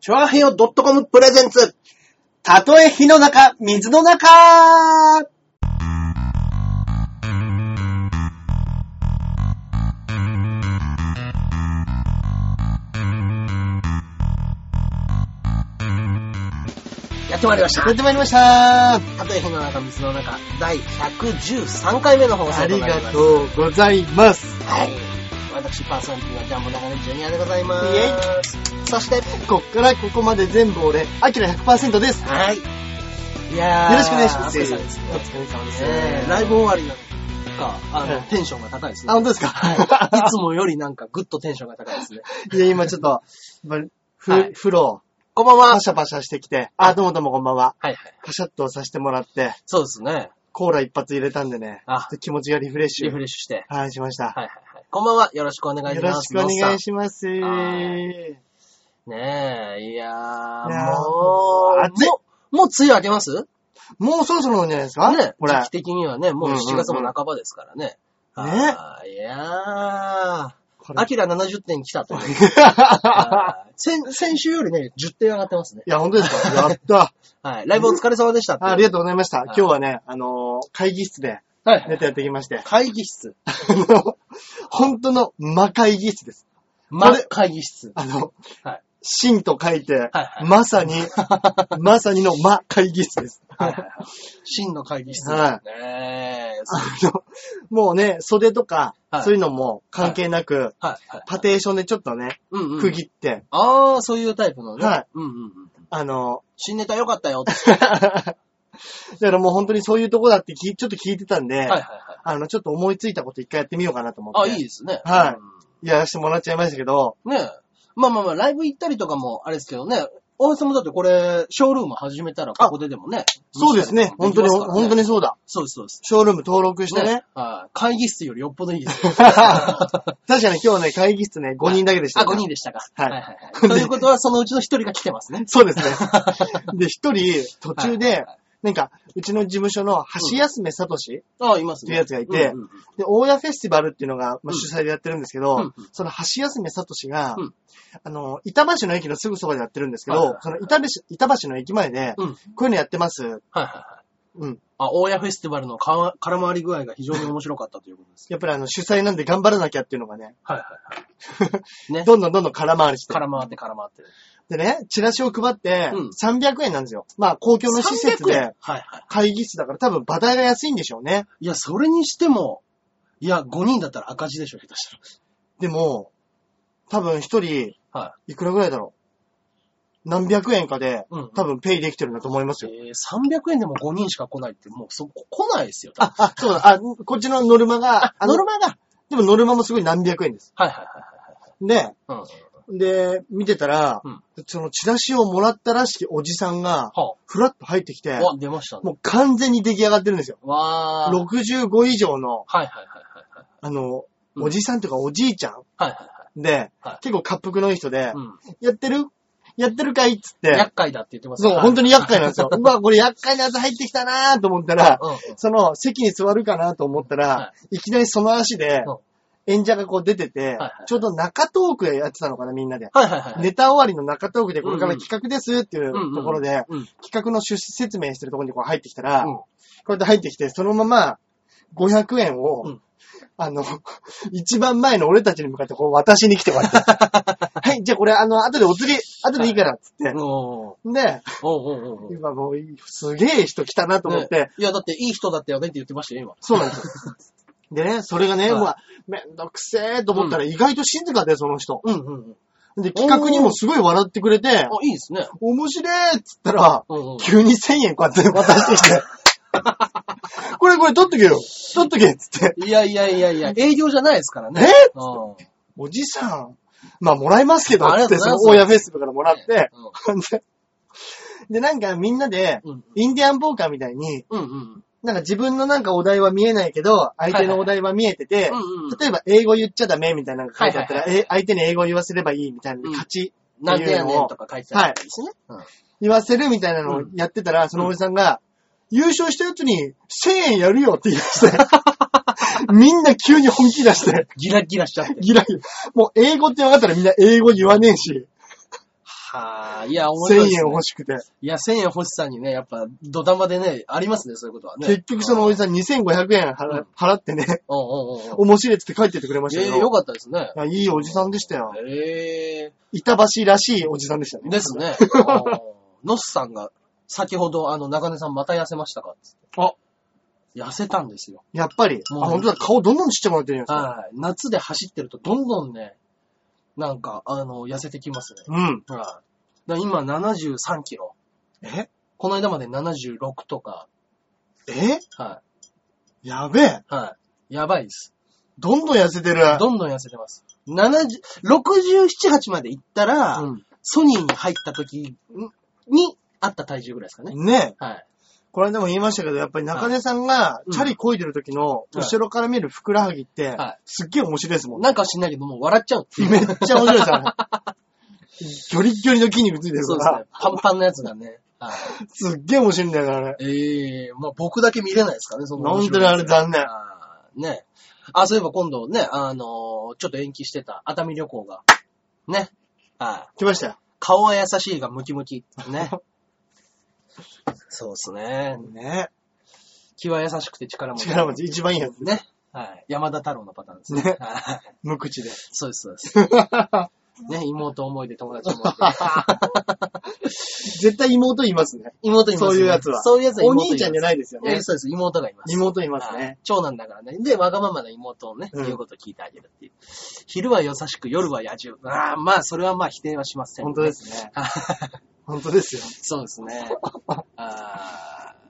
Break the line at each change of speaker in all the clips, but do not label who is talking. チョアヘヨ .com プレゼンツ。たとえ火の中、水の中
やってまいりました
や。ってまいりましたたとえ火の中、水の中、第113回目の放送
あ
となり
り
ます。
がとうございます。
はい。私、パーソナリティのジャンボ中根ジュニアでございます。そして、
こっからここまで全部俺、アキラ100%です。
はい。いやー、
よろしくお願いします
お疲れ様ですね
お疲れ様です
えーライブ終わりなんか、あの、
はい
テンションが高いですね
あ、。本当ですか、
はい。いつもよりなんかぐっとテンションが高いですね。
いや、今ちょっと、まふ、
はい
風呂、
こんばんは。は
パシャパシャしてきて、あ、どうもどうもこんばんは。
いはい。
カシャッとさせてもらって、
そうですね。
コーラ一発入れたんでね、
あ
ちょっと気持ちがリフレッシ
リ
ュ
フ。レッシュして。
はい、しました。
はいはいはい。こんばんは。よろしくお願い
よ
し
ろ
ま
し
す。
くお願い
し
します。
はいねえ、
い
いやー、
やー
もう、
暑い
もう、もう梅雨明けます
もうそろそろなんじゃないですか
ね
これ
時。期的にはね、もう
うんうんうん
7月も半ばですからね。
ね
あーいやー、
これ
アキラ70点来たと いう。
い
あー先先週よりね、10点上がってますね。
や、本当ですかやった。
はい。ライブお疲れ様でしたっていう
ありがとうございました。
い
今日はね、あのー会議室で
はいは
ネ
い。
タやってきまして、
会議室。
あの、本当の魔会議室です。
ま、会議室。
あの、
はい
真と書いて、
はい
まさ に、まさにの魔会議室です。
はいはいはい。真の会議室。。
はい
ねえ。
あの、もうね、袖とか、
はい
そういうのも関係なく、
はいはい。
パテーションでちょっとね、
うんうん。
区切って、
ああ、そういうタイプのね。
はい。
うんうんうん。
あの、
新ネタ良かったよって。
だからもう本当にそういうとこだってきちょっと聞いてたんで、
はいはいはい。
あの、ちょっと思いついたこと一回やってみようかなと思っ
あ、
て。
いいですね。
はい
うん
やらせてもらっちゃいましたけど、
ねえ。まあまあまあ、ライブ行ったりとかもあれですけどね。大橋さんもだってこれ、ショールーム始めたらここででもね。
そうですね。本当に、本当
に。
にそうだ。
そうです、そうです。
ショールーム登録してね。
はい。会議室よりよっぽどいい ですよ。
確かに今日ね、会議室ね、5人だけでした
あ、
から、
5人でしたか。
はい
はいはい。ということは、そのうちの1人が来てますね。
そう ですね。で、一人、 途中
はいは
で
いはい、
なんか、うちの事務所の橋休めさとし、
あ、います
っていうやつがいて
うんうんうん
で、大谷フェスティバルっていうのが、まあ
うん
主催でやってるんですけど、
うんうん
その橋休めさとしが、
うん
あの、板橋の駅のすぐそばでやってるんですけど、
はいはいはい
その板橋、板橋の駅前で、
うん。
こういうのやってます。
はいはいはい。
うん。
あ、大谷フェスティバルのかわ空回り具合が非常に面白かったということです。
やっぱりあの、主催なんで頑張らなきゃっていうのがね、
はいはいはい。ね。
どんどんどんどん空回りして。
空回って空回ってる。
でね、チラシを配って
うん、
300円なんですよ。まあ、公共の施設
300円
で、
はいはい。
会議室だから多分、馬代が安いんでしょうね。
いや、それにしても、いや、5人だったら赤字でしょ、下手した
でも、多分一人、
ら。はい
くらぐらいだろう。何百円かで、
うんうん
多分ペイできてるんだと思いますよ。
い。えー、300円でも5人しか来ないって、もうそこ来ないですよ。
あ、あ、そうだ、あ、こっちのノルマが、あの
ノルマだ。
でもノルマもすごい何百円です。
はいはい
で、
はいはい。うん。
で、見てたら、
うん
そのチラシをもらったらしきおじさんが、
は
ふらっと入ってきて
あ。、わ、出ましたね。
もう完全に出来上がってるんですよ。
わー。はい
65以上の、
はいはいはいはい。
あの、
うん
おじさんとかおじいちゃん
はいはい
で、
はい
結構滑覆のいい人で、
はい。うん。
やってるやってるかいっつって、
厄介だって言ってます
そう、本当
に。
に厄介なん ですよ。うわ、これ厄介なやつ入ってきたなーと思ったら、
うんうん。
その席に座るかなと思ったら、、
はい
きなりその足で
うん、
演者がこう出てて、
はい
ちょうど中トークやってたのかな、みんなで。
はいはいはい。
ネタ終わりの中トークでこれか
う
ら
んうん
企画ですっていうところで、
うんうんうんうん
企画の趣旨説明してるところにこう入ってきたら、
うん
こうやって入ってきて、そのまま500円を、
うん
あの、 一番前の俺たちに向かってこう渡しに来てもら って、はい、じゃあこれあの、後でお釣り、後でいいからっつって、
おー。
で、
おうおうおうおう
今もういい、すげえ人来たなと思って、
ねいや、だっていい人だったよねって言ってましたよ、今。
そうなんですよ。でね、それがね、
はい
まあ、めんどくせえと思ったら意外と静かで、その人。
うんうんうん。
で、企画にもすごい笑ってくれて
あ、、いいですね。
面白えっつったら、
うんうん。
急に1000円こうやって渡してき て、これこれ取っとけよ取っとけっつって。
いやいやいやいや、営業じゃないですからね。
え
うん。
おじさん、まあもらいますけど、
あり
つ
が
っ
と
て、
うご
そ
ざい
の大
ます
家フェスティバルからもらって、
う
ほ
ん
んで、で、なんかみんなで、
うん
インディアンポーカーみたいに、
うんうん。
なんか自分のなんかお題は見えないけど、相手のお題は見えてて、
はいはいうんうん
例えば英語言っちゃダメみたいなのが書いてあったら、
はいはいはい
え相手に英語言わせればいいみたいな、
うん
勝ち
なん
って
て
いう
や
の
ねん
を
とか書いてあるんですね。うん
言わせるみたいなのをやってたら、そのおじさんが、優勝したやつに1000円やるよって言い出 して、みんな急に本気出して、
ギラギラしちゃって。
ギラギラ。もう英語って分かったらみんな英語言わねえし、
はあ、いや、面
1000
白
円
いです、ね。
欲しくて。
いや、1000円欲しさにね、やっぱ、土玉でね、ありますね、そういうことはね。
結局そのおじさん2500円払払ってね、
うんうんうんうん。
面白いっつって帰ってってくれました
え
け
えよ
ど。
かったですね。
いやいいおじさんでしたよ。
ええ
板橋らしいおじさんでしたね。
です ね。あーノスさんが、先ほど、あの、中根さんまた痩せましたかっつって
あ
痩せたんですよ。
やっぱり。あ、
うん
本当だ。顔どんどんちっちゃくなってるじゃないで
はい。夏で走ってると、どんどんね、なんか、あの、痩せてきますね
す。か。うん。
はい。だ今、73キロ。
え
この間まで76とか、
え
は
やべえ。
い。はい。やばいです。
どんどん痩せてる。
どんどん痩せてます。70、67、8まで行ったら、
う
ソニーに入った時にあった体重ぐらいですかね。
ん。ねえ。
はい。
この間も言いましたけど、やっぱり中根さんが
うん
チャリ漕いでる時の
い
後ろから見るふくらはぎって
は、
すっげえ面白いですもんね。
なんか知んないけど、もう笑っちゃうっていう。
めっちゃ面白いですよね。 ギョリッギョリの筋肉ついてる
そうで
か
す
ら
ね。。パンパンのやつがね。はい。
すっげえ面白いんだよから、あれ。
ええまあ僕だけ見れないですかね、その面
本当
白い
に
や
あ
つ。
れ残念。
あーね。あ、そういえば今度ね、あのーちょっと延期してた熱海旅行が、ね。はい。
来ましたよ。
顔は優しいがムキムキ。 ね。そうですね。
ね
気は優しくて力も。
力持ち、一番いいやつ。
ね。はい。山田太郎のパターンですね。
ね
はい
無口で。
そうです、そうです。ね、妹思いで友達思い で。
絶対妹いますね。
妹います、ね。
そういうやつは
そういうやつは
お
妹います
兄ちゃんじゃないですよ
え
ね
ー。そうです、妹がいます。
妹いますね
はい。長男だからね。で、わがままな妹をね、
うん
言うことを聞いてあげるっていう。昼は優しく、夜は野獣。ああ、まあ、それはまあ否定はしません、
本当で。すね。
あ
本当ですよ。
そうですね。あー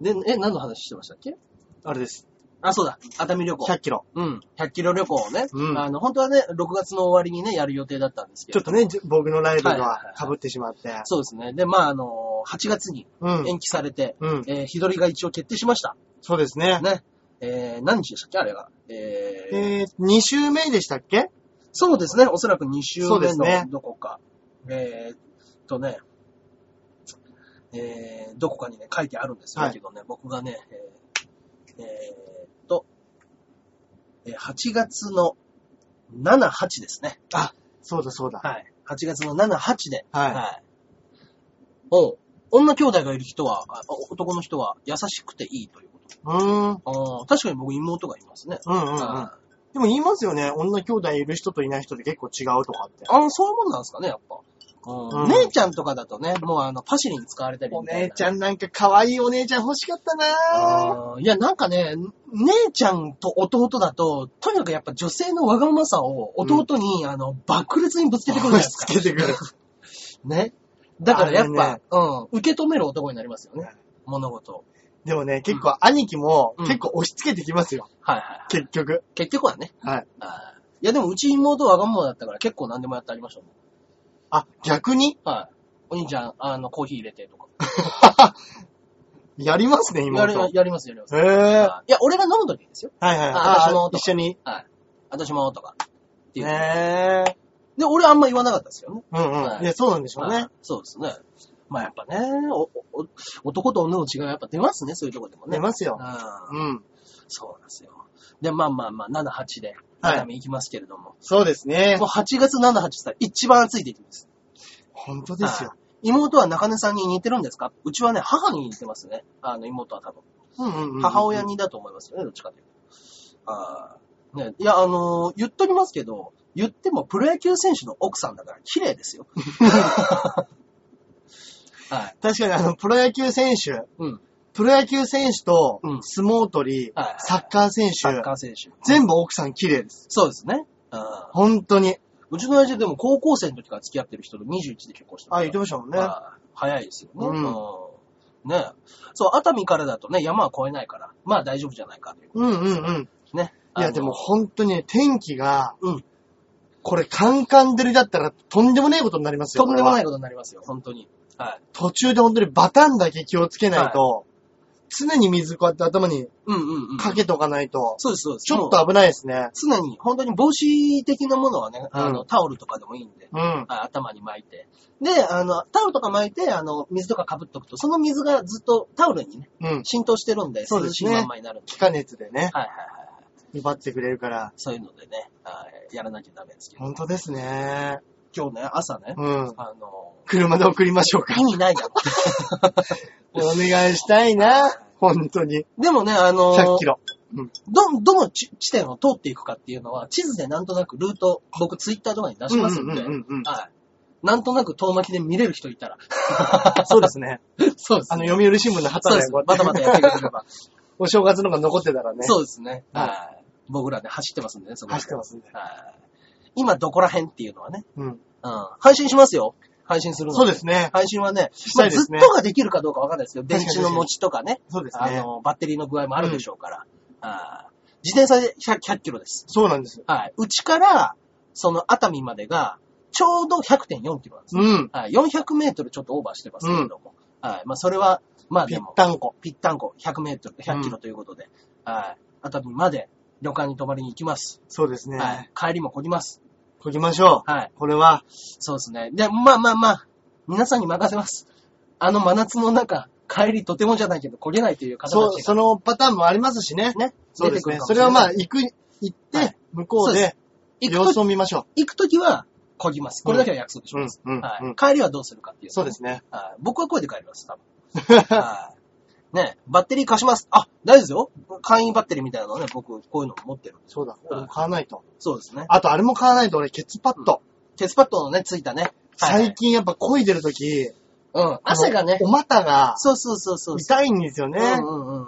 で、え、何の話してましたっけ
あれです。
あ、そうだ。熱海旅行。
100キロ。
うん。100キロ旅行をね。
うん
あの、本当はね、6月の終わりにね、やる予定だったんですけ
ちょ
ど。
っとね、じ僕のライブ
はいはい
が被ってしまって。
そうですね。で、まあ、あの、8月に
うん。
延期されて、
うん。
えー日取りが一応決定しました。
そうですね。
ね。えー何日でしたっけあれが。えー
えー、2週目でしたっけ
そうですね。おそらく2週
そうで
目
すね
のどこか。えーっとね、えーどこかにね、書いてあるんですよ、
はい
けどね、僕がね、えーえーっと、えー8月の7、8ですね。
そうだそうだ。
はい。8月の7、8で。
はい
おう女兄弟がいる人は、あ男の人は優しくていいというこ
うーん。
と。あー確かに僕妹がいますね。
うんうんうん。
あ
でも言いますよね。女兄弟いる人といない人で結構違うとかって。
ー、そういうもんなんですかね、やっぱ。うん
うん
姉ちゃんとかだとね、もうあの、パシリに使われたり
お
みたいな
姉ちゃんなんか可愛いお姉ちゃん欲しかったなぁ。
あーいや、なんかね、姉ちゃんと弟だと、とにかくやっぱ女性のわがまさを弟に、あの、爆裂にぶつけてくるじゃないです
つ
か。
けてくる。
ね。だからやっ
あ
ぱ、
れ
うん、受け止める男になりますよ
は
ね
い。
物事を。
でもね、結構兄貴も
うん
結構押し付けてきますよ。
はいはいはい。
結局。
結局はね。
はい。
あーいや、でもうち妹わがままだったから結構何でもやってありましたもん。
あ、逆に
はい。お兄ちゃん、あの、コーヒー入れてとか。
やりますね、
やり
妹。
やります、やります。
へぇー。
あーいや、俺が飲むときですよ。
はいはい。
あ私も
あ一緒に。
はい。私も、とか。っていう。
へぇ
で、俺あんま言わなかったですよね。
ー。うんう
は
ん。
い
いや、そうなんでしょう
はい
ね。
そうですね。まあやっぱね、おお男と女の違いはやっぱ出ますね、そういうとこでもね。
出ますよ。
うん
うん。
そうなんですよ。で、まあまあまあ、7、8で、
はい
熱海行きますけれども。
そうですね
もう。8月7、8って一番暑い時期です。
本当ですよ
は。い妹は中根さんに似てるんですかうちはね、母に似てますね。あの、妹は多分。
うんうんうん
母親。にだと思いますよね、どっちかというと。あーね、いや、あのー言っときますけど、言ってもプロ野球選手の奥さんだから綺麗 ですよ。はい。
確かにあの、プロ野球選手。
うん。
プロ野球選手と
うん
相撲取り
はいはい、
サッカー選
サッ
手
カ、ー選手。
全部奥さん綺麗です。
そうですね。あー
本当に。
うちの親父でも高校生の時から付き合ってる人と21で結婚して
あ、言って
ま
ましたもん
す
ね。
あー早いですよね。
うん
うんねそう、熱海からだとね、山は越えないから、まあ大丈夫じゃないかという。
うんうんうん。
ね。
い
あ
や、
の
でも、本当にね天気が、
うん
これカンカン照りだったらとんでもないことになりますよ。。
とんでもないいことになりますよ、本当に。はい。
途中で本当にバタンだけ気をつけないと、常に水こうやって頭に
うんうんうん。
かけとかないと、
そうです、そうです。
ちょっと危ないですね。
常に、本当に帽子的なものはね、あの、タオルとかでもいいんで、
うん。
あ頭に巻いて。で、あの、タオルとか巻いて、あの、水とか被っとくと、その水がずっとタオルにね、
うん。
浸透してるんで、
そう
涼
で
し
す
い
ね
まんまになるんで。
気化熱でね、
はいはいはい。
奪ってくれるから。
そういうのでね、はいやらなきゃダメですけど。
本当ですね。
今日ね、朝ね、
うん。
あの、
車で送りましょうか。
意味ないだろ。
お願いしたいな。本当に。
でもね、あの
100キロ。
ど、どの地地点を通っていくかっていうのは、地図でなんとなくルート、僕ツイッターとかに出しますんで、
うんうんうんうんうん
はい。なんとなく遠巻きで見れる人い たら、
そうですね。
そうです
あの、読売新聞の旗
そう
で
です。
こ
ま
うやって
たまたやってくれ れば。
お正月のが残ってたらね。
そうですね。
はい
はい。僕らで走ってますんでね、そこ
走ってますね。
はい。今どこら辺っていうのはね、
うん。
うん。配信しますよ。配信するの。。
そうですすね。
配信はね、
したいですね
まあずっとができるかどうかわかんないですけど、電池の持ちとかね、
そうです
あ
ね。
の、バッテリーの具合もあるでしょうから、あー自転車で100 100キロです。
そうなんです。
はい。うちから、その熱海までが、ちょうど100.4キロなんです、
うん。
はい。400メートルちょっとオーバーしてますけれども。はい。まあ、それは、まあ
ぴ
で
っ
も、
たんこ。
ぴったんこ、100メートル、100キロということで、はい。熱海まで旅館に泊まりに行きます。
そうですね。
はい。帰りもこぎます。
こぎましょ
はい。
う。これは、
そうですね。で、まあまあまあ、皆さんに任せます。あの真夏の中、帰りとてもじゃないけど、焦げないという方たちが
そう、そのパターンもありますしね。
ね、
そう
出
で
て
す
くる
ね。
かも
そ
し
れ
な
はいまあ、行く、行っ
は
て、向こう
そうで
で、様
行く
子
と
を見ましょ
行くときは、こぎます。これだけは約束します。
うんうん
はい
うん。
帰りはどうするかっていうう。
そうですね。
はい僕は声で帰ります、多分。はいね、バッテリー貸します。あ、大丈夫ですよ。簡易バッテリーみたいなのね、僕、こういうの持ってる。
そうだ。
うん
買わないと。
そうですね。
あと、あれも買わないと、俺、ケツパッド。
鉄パッドのね、ついたね。はい
最近やっぱ漕いでるとき、
うん。汗がね
あの、お股が
そうそうそうそう。
痛いんですよね。
うんうんうんうんうん。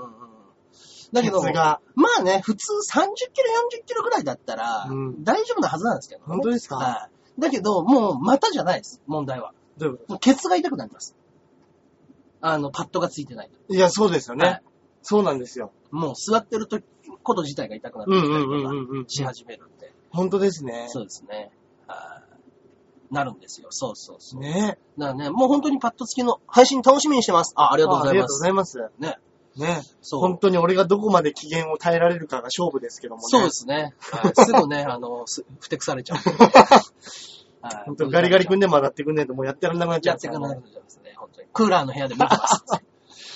だけど、
ケツが
まあね、普通30キロ、40キロぐらいだったら
う、ん
大丈夫なはずなんですけどね。
本当ですか
はい。だけど、もう、股じゃないです、問題は。
どういうこ
もうケツが痛くなります。あの、パッドがついてないと。
といや、そうですよね。
はい
そうなんですよ。
もう座ってるとこと自体が痛くなって
うんう
きた
ん
り
うんう
と
んうん
か。し始めるんで。
本当ですね。
そうですね。はいなるんですよ。そうそうそう。
ね。
だからね、もう本当にパッド付きの配信楽しみにしてます。あ、ありがとうご
あ
ざ
あ
い
り
ま
がとうご
す。
ざいます。
ね。
ね。
そう。
本当に俺がどこまで機嫌を耐えられるかが勝負ですけどもね。
そうですね。 はいすぐね、あの、すふてくされちゃう。はい
本当ガリガリくん
や
でも当たってくんねえともうやってらんなくなっちゃ
っ
う
て
か
く
ら
れ
ね、
なくなっちゃいますね、本当に。クーラーの部屋で見 てます。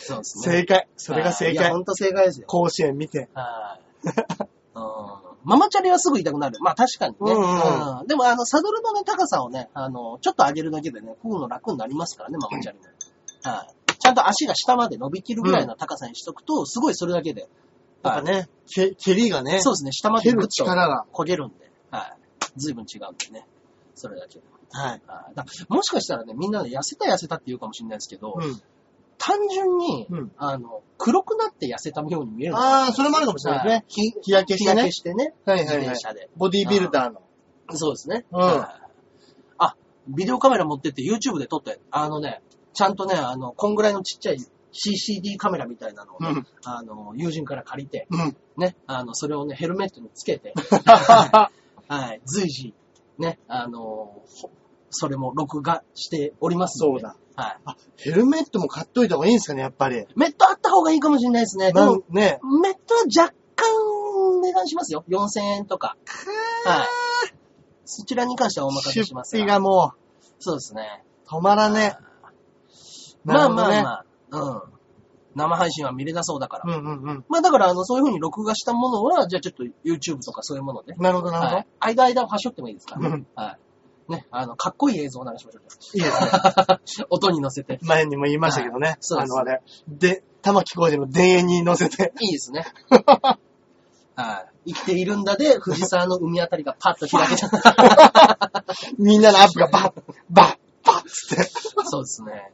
そうですね。
正解。それが正
いや、
解。
本当正解ですよ。
甲子園見て。
はい。うんママチャリはすぐ痛くなる。まあ確かにね。
うんうん
うんでもあの、サドルのね、高さをね、あの、ちょっと上げるだけでね、こぐの楽になりますからね、ママチャリの。はい。ちゃんと足が下まで伸びきるぐらいの高さにしとくと、すごいそれだけで。
やっぱね、け蹴りがね、
そうですね、下まで
蹴
グッ
る
と
力が。
焦げるんで、はい。随分違うんでね。それだけで。
はい。
はいだもしかしたらね、みんなで痩せた痩せたって言うかもしれないですけど、
うん。
単純に、
うん
あの、黒くなって痩せたように見えるの
ああ、それもあるかもしれないですね。
日
日焼けしてね。
してね。
はい
自
はいは
転
い。
車で。
ボディービルダーの。
そうですね。
うん
はいあ、ビデオカメラ持ってって YouTube で撮って、あのね、ちゃんとね、あの、こんぐらいのちっちゃい CCD カメラみたいなのをね、
うん
あの、友人から借りて、
うん。
ね、あの、それをね、ヘルメットにつ けて、はい、随時、ね、あの、ほそれも録画しておりますの
そう
で。
だ。
はい。
ヘルメットも買っといた方がいいんですかね、やっぱり。
メットあった方がいいかもしれないですね。で
な
も
ん、ね。
メットは若干値段しますよ。4000円とか。はい。そちらに関してはお任せ
出
します
費
が。
がも
そうですね。
う、止まらねえ。
まあまあ
なる
まあ、うん。生配信は見れなそうだから。
ほどね。うんうんうん。
まあだから、あの、そういう風に録画したものは、じゃあちょっと YouTube とかそういうもので。
なるほど、なるほど。
はい。間間をはしょってもいいですか
う
ら
ん。
はい。ね、あの、かっこいい映像を流しましょう。
いいですね。
音に乗せて。
前にも言いましたけどね。
そうで
あ
す
の、あれ。で、玉木浩二の田園に乗せて、
い いですね。はい。生きているんだで、藤沢の海あたりがパッと開けちゃった。
みんなのアップがバッ、バッ、バッつって。
そうですね。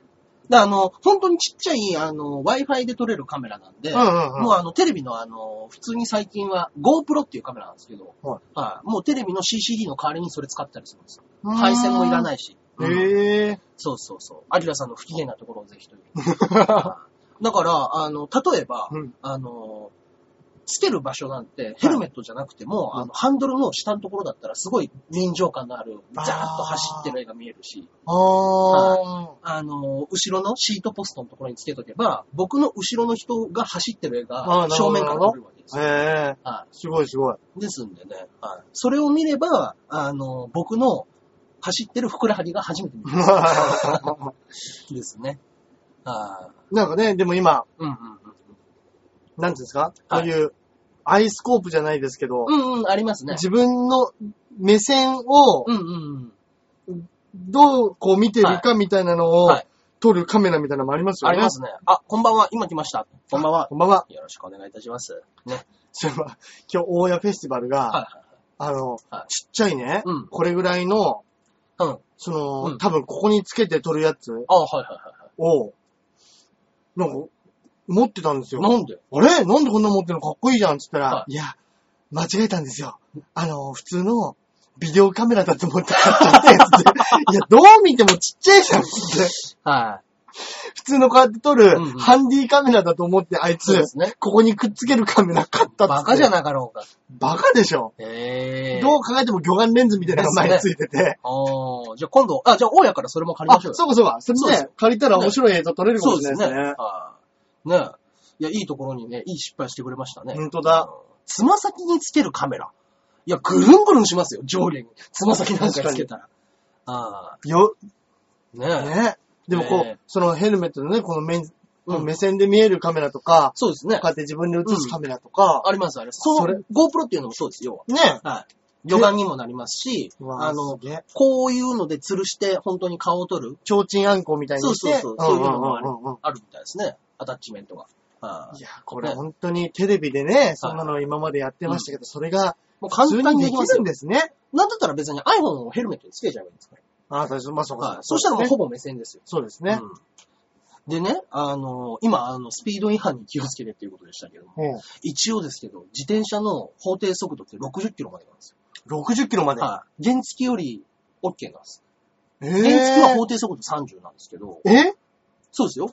だからあの、本当にちっちゃい、あの、Wi-Fi で撮れるカメラなんで、
うんうんうん
もうあの、テレビのあの、普通に最近は GoPro っていうカメラなんですけど、
はい
もうテレビの CCD の代わりにそれ使ったりするんですよ。配線もいらないし。うん
へえ。
そうそうそう。アキラさんの不機嫌なところをぜ ひという。はいだから、あの、例えば、
うん
あの、つける場所なんて、ヘルメットじゃなくても、あの、ハンドルの下のところだったら、すごい臨場感のある、ザーッと走ってる絵が見えるし、
あー。
あの、後ろのシートポストのところにつけとけば、僕の後ろの人が走ってる絵
あ
が
ーなる
正
ほど
面から撮れるわけですよ。
へえ。
は
すごいすごい。
い。ですんでね、はい。それを見れば、あの、僕の走ってるふくらはぎが初めて見えるんですね。あー
なんかね、でも今、
うんうん
なんていうんですかこ
はいう
いう、アイスコープじゃないですけど、
うん。うんうん、ありますね。
自分の目線を
うんうんうん。
どうこう見てるかみたいなのを
はい
撮るカメラみたいなのもありますよ
あ
ね。
りますね。あ、こんばんは。今来ました。こんばんは。
こんばんは。
よろしくお願いいたします。ね。
そういえば、今日大谷フェスティバルが、
は
あの、
はい
ちっちゃいね、
うん
これぐらいの、
いはい。うん。
その、
うん
多分ここにつけて撮るやつ
あ、はいはいは
を、なんか、持ってたんですよ。
いはい。なんで
あれなんでこんな持ってるのかっこいいじゃんっつったら、、
はい
や、間違えたんですよ。あの、普通のビデオカメラだと思って買っちゃったや つで。いや、どう見てもちっちゃいじゃんっつって。
は
普通のこうやって撮る
うんうん
ハンディカメラだと思って、あい
そ
つ
うで、すね。
ここにくっつけるカメラ買ったっつって。
バカじゃなかろうか。
バカでしょ。
へえ。
どう考えても魚眼レンズみたいなのが前についてて。
ああ、じゃあ今度、あ、じゃあ大家からそれも借り
あ、
ましょうよ。
そうかそうか。そ
そう
れ
です
ね、借りたら面白い映像撮れるかもしれないですね。
はいねえ。いや、いいところにね、いい失敗してくれましたね。
本当だ
うん。つま先につけるカメラ。いや、ぐるんぐるんしますよ、上下に。つま先なんかにつけたら。ああ、
よ、
ねえ。
ね。でもこう、
ね
そのヘルメットのね、この目こ
うん
の目線で見えるカメラとか、
そうですね
こう。やって自分で映すカメラとか、
あります、あります。
そ
そ
れ
う、GoPro っていうのもそうです、要は。
ね。
はい。魚眼にもなりますし、
うわ
あの
す、げえ
こういうので吊るして本当に顔を撮る、
提灯あんこみたいにして。
そうそうそうそういうのもある
んうんうんうん
あるみたいですね。アタッチメントが。はい
いや、これ
ね
本当にテレビでね、そんなの今までやってましたけど、それが
もう
普
簡
通
単
に
に
でき
できます
るん
よ。
ですね。
なんだったら別に iPhone をヘルメットにつけちゃえばいいんですから。
あ、そうです。まあそうか
はい。
そ
そう
か。
し
ね
たらもうほぼ目線ですよ。
そうですね。
うんでね、あの、今、あの、スピード違反に気をつけてっていうことでしたけど
う
も、
ん
一応ですけど、自転車の法定速度って60キロまでなんです
60キロまで
よ。。はい。原付より OK なんです。
え
原付は
ー
法定速度30なんですけど、
え
そうですよ。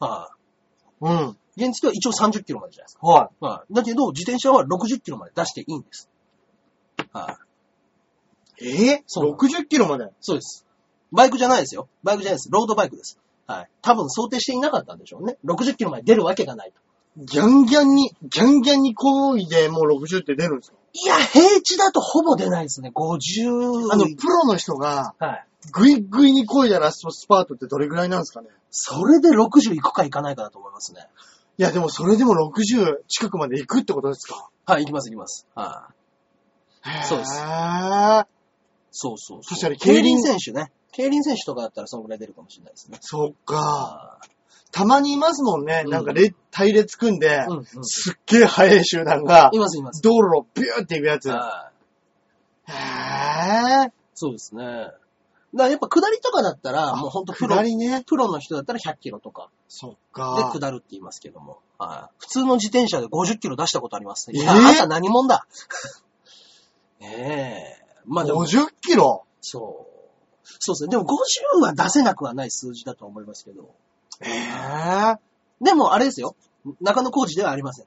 は
うん。
い。原付は一応30キロまでじゃないですか。
は
はい。だけど、自転車は60キロまで出していいんです。はい。
い。え
そう
ー、60キロまで。
そうです。バイクじゃないですよ。バイクじゃないです。ロードバイクです。はい。多分想定していなかったんでしょうね。60キロまで出るわけがないと。
ギャンギャンに、ギャンギャンに行為でもう60って出るんですか
いや、平地だとほぼ出ないですね。50。
あの、プロの人が、
はい。
ぐいぐいに漕いだラストスパートってどれぐらいなんですかね
それで60行くか行かないかだと思いますね。
いや、でもそれでも60近くまで行くってことですか
はい、行きます行きます。はい。そうです
へー
そうそうそう。
確かに競
競
輪
輪選手ね。競輪選手とかだったらそのぐらい出るかもしれないですね。
そっか。
あ
たまにいますもんね。
うん
なんか列、隊列組んで
あ。、うん、うん。
すっげえ速い集団が
い、ますいます。
道路をビューって行くやつ。へ
はい。
ぇー。
そうですね。だからやっぱ下りとかだったら、もうほんとプロ
下、りね。
プロの人だったら100キロとか
そっ
で
か。
下るって言いますけども。はい。普通の自転車で50キロ出したことありますね。いや、
えー
あんた何者だ ねえ。まあでも、
50キロ
そう。そうですね。でも50は出せなくはない数字だと思いますけど。
へぇー。
でも、あれですよ。中野工事ではあ りません。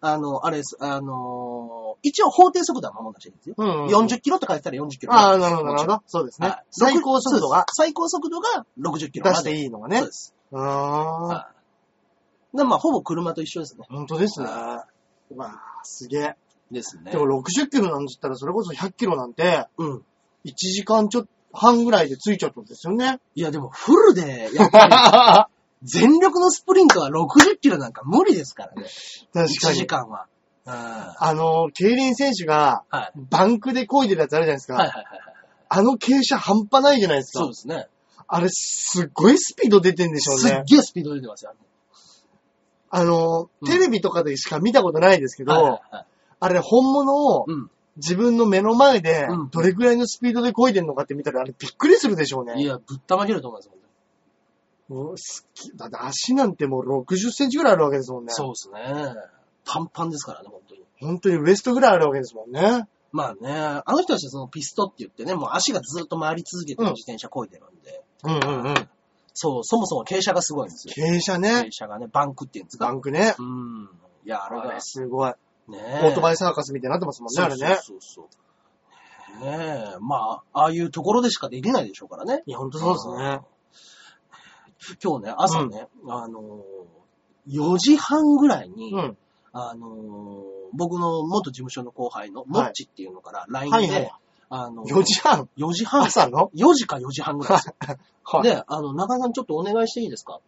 あの、あれです。あのー一応法定速度は守んなくちゃいけないんですよ。
うんうん
40キロって書いてたら40キロ。
ああ、なるほど、なるほど。そうですね
はい。
最高速度が
そうです最高速度が60キロ
出
まで。
していいのがね
そう。です。
うーん。
はい。で、まあ、ほぼ車と一緒ですね。
本当ですね。
は
うわあ、すげえ。
ですね
でも60キロなんて言ったら、それこそ100キロなんて、
うん。
1時間ちょっと半ぐらいで着いちゃったんですよ ね。
いや、でもフルで、やっぱり、 全力のスプリントは60キロなんか無理ですからね。
確
1
か
時
に。
間は。うんは
あの、競輪選手が、
い。はい
バンクで漕いでるやつあるじゃないですか。
はいはいはい。
あの傾斜半端ないじゃないです
そう
か
で。すね。
あれ、すっごいスピード出てんでしょう
すっ
ね。
げえスピード出てますよ。
あの、
うん
テレビとかでしか見たことないですけど、
はいはいはい
あれ本物を
うん。
自分の目の前で
うん、
どれぐらいのスピードで漕いでるのかって見たら、あれびっくりするでしょうね。
いや、ぶったまげると思います、本当に
もう好き。だって足なんてもう60センチぐらいあるわけですもんね。
そうですね。パンパンですからね、本当に。
本当にウエストぐらいあるわけですもんね。
まあね、あの人たちはそのピストって言ってね、もう足がずっと回り続けて
うん
自転車漕いでるんで、
うんうんうん。
そう、そもそも傾斜がすごいんですよ。
傾斜
傾
ね。
斜がね、バンクって言うんです
バ
か。
ンクね。
うん。いや、あれ
あ
が
れ、すごい。
ね
オートバ
イ
イサーカスみたいになってますもんね、あれね。
そうそうそう。ねえ、まあ、ああいうところでしかできないでしょうからね。
いや、本当
うん。今日ね、朝ね、あのー、4時半ぐらいに、
うん。
あのー僕の元事務所の後輩のモッチっていうのから LINE で、
はいはい
あのー
4時半
4時半、
朝の
4時か4時半ぐらいですよ。
はい。
で、あの、中田さんちょっとお願いしていいですか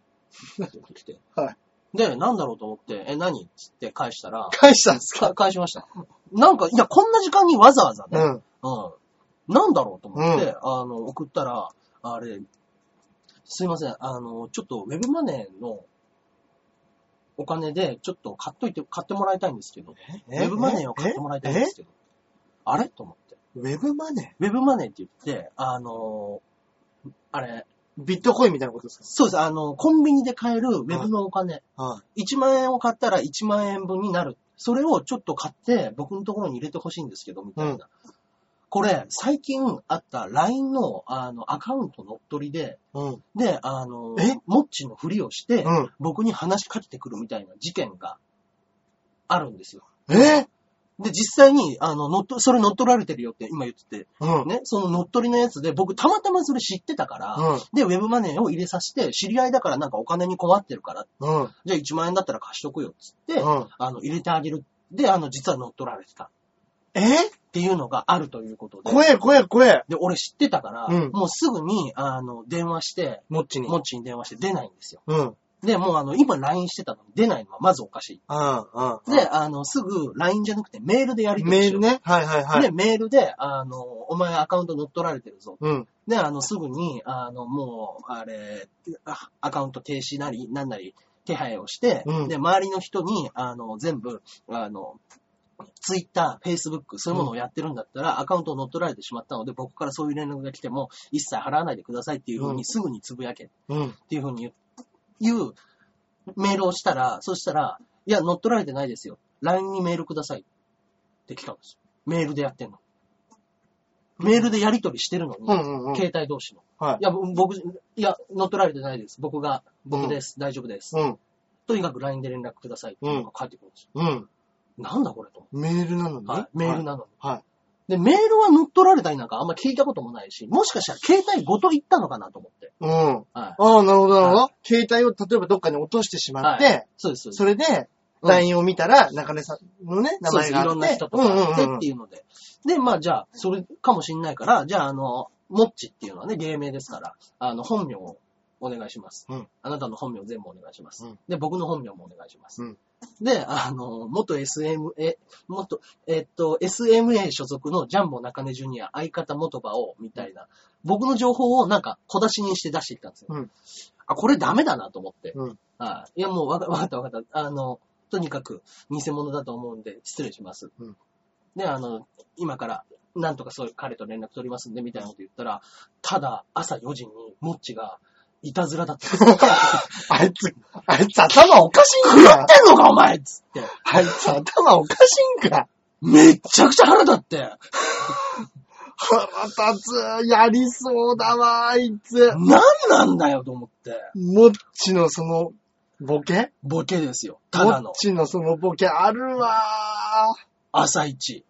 って来て。
はい
で、なんだろうと思って、え、何っつって返したら、
返したんですか
か返しました。なんか、いや、こんな時間にわざわざ
う
ね、
ん。
うん。なんだろうと思って、
うん
あの、送ったら、あれ、すいません、あの、ちょっとウェブマネーのお金で、ちょっと買っといて、買ってもらいたいんですけど、ウェブマネーを買ってもらいたいんですけど、あれと思って。
えウェブマネ
ウェブマネーって言って、あの、あ
ー
れ、
ビットコインみたいなことです
そうです、あの、コンビニで買えるウェブのお金、
かはい。
1万円を買ったら1万円分になる。それをちょっと買って、僕のところに入れてほしいんですけど、みたいな。
うん
これ、最近あった LINE の、あの、アカウント乗っ取りで、
うん。
で、あの
え、
モッチのふりをして、
うん。
僕に話しかけてくるみたいな事件があるんですよ。
え
で、実際に、あの、乗っ取、それ乗っ取られてるよって今言ってて、
うん。
ね、その乗っ取りのやつで、僕たまたまそれ知ってたから、
うん
で、ウェブマネーを入れさせて、知り合いだからなんかお金に困ってるから、
うん。うん。
じゃあ1万円だったら貸しとくよっつって、あの、入れてあげる。で、あの、実は乗っ取られてた。
え
っていうのがあるということで。
怖え、怖え、怖え。
で、俺知ってたから、
うん
もうすぐに、あの、電話して、
もっちに
もっちに電話して出ないんですよ。
うん。うん。
で、もうあの、今 LINE してたのに出ないのはまずおかしい。で、
う
あの、すぐ LINE じゃなくてメールでやり
ん。
取り
メ
し
ール
よう。
ね。はいはいはい。
で、メールで、あの、お前アカウント乗っ取られてるぞ。
うん。
で、あの、すぐに、あの、もう、あれ、あアカウント停止なり、なんなり、手配をして、
うん
で、周りの人に、あの、全部、あの、ツイッター、フェイスブック、そういうものをやってるんだったら、アカウントを乗っ取られてしまったので、僕からそういう連絡が来ても、一切払わないでくださいっていうふう
う
に、
ん
すぐにつぶやけっ
うん。
ていうふうに言う、言うメールをしたら、そしたら、いや、乗っ取られてないですよ。LINE にメールくださいって来たんですよ。メールでやってんの。メールでやり取りしてるのに、
うんうんうん。
携帯同士の。
はい
いや、僕、いや、乗っ取られてないです。僕が、僕です。大丈夫です。
うん。
とにかく LINE で連絡ください。っていうのが返ってくるんですよ。
うん。
なんだこれと思って。
メールなのに
はいメールなのに。
は
で、メールは乗っ取られたりなんかあんま聞いたこともないし、もしかしたら携帯ごと行ったのかなと思って。
い。うん。
は
ああ、なるほど、なるほど。携帯を例えばどっかに落としてし
い。
まっ
は
て
い、、そうです。
それで、
うん
LINE を見たら、中根さんのね、名
そう
前
です。い
があって。
ろんな人と
うんうん
かあって
うん
っていうので。で、まあじゃあ、それかもしんないから、じゃああの、モッチっていうのはね、芸名ですから、あの、本名をお願いします。
うん
あなたの本名全部お願いします。
うん
で、僕の本名もお願いします。
うん
で、あの、元 SM、え、元、えっと、SMA 所属のジャンボ中根ジュニア、相方元場を、みたいな、僕の情報をなんか小出しにして出していったんですよ。
うん
あ、これダメだなと思って。
うん
はいいや、もうわかわかったわかった。あの、とにかく偽物だと思うんで、失礼します。
うん
で、あの、今から、なんとかそういう彼と連絡取りますんで、みたいなこと言ったら、ただ、朝4時に、モッチが、いたずらだ ったんですよ。
あいつ、あいつ頭おかしいん
やっ
か
てんのか、お前っつって。
あいつ頭おかしいんか
めっちゃくちゃ腹立って。
腹立つ、やりそうだわ、あいつ。
なんなんだよ、と思って。
もっちのその、ボケ
ボケですよ。た
も
だ
っ
の。
ちのそのボケあるわ
朝一。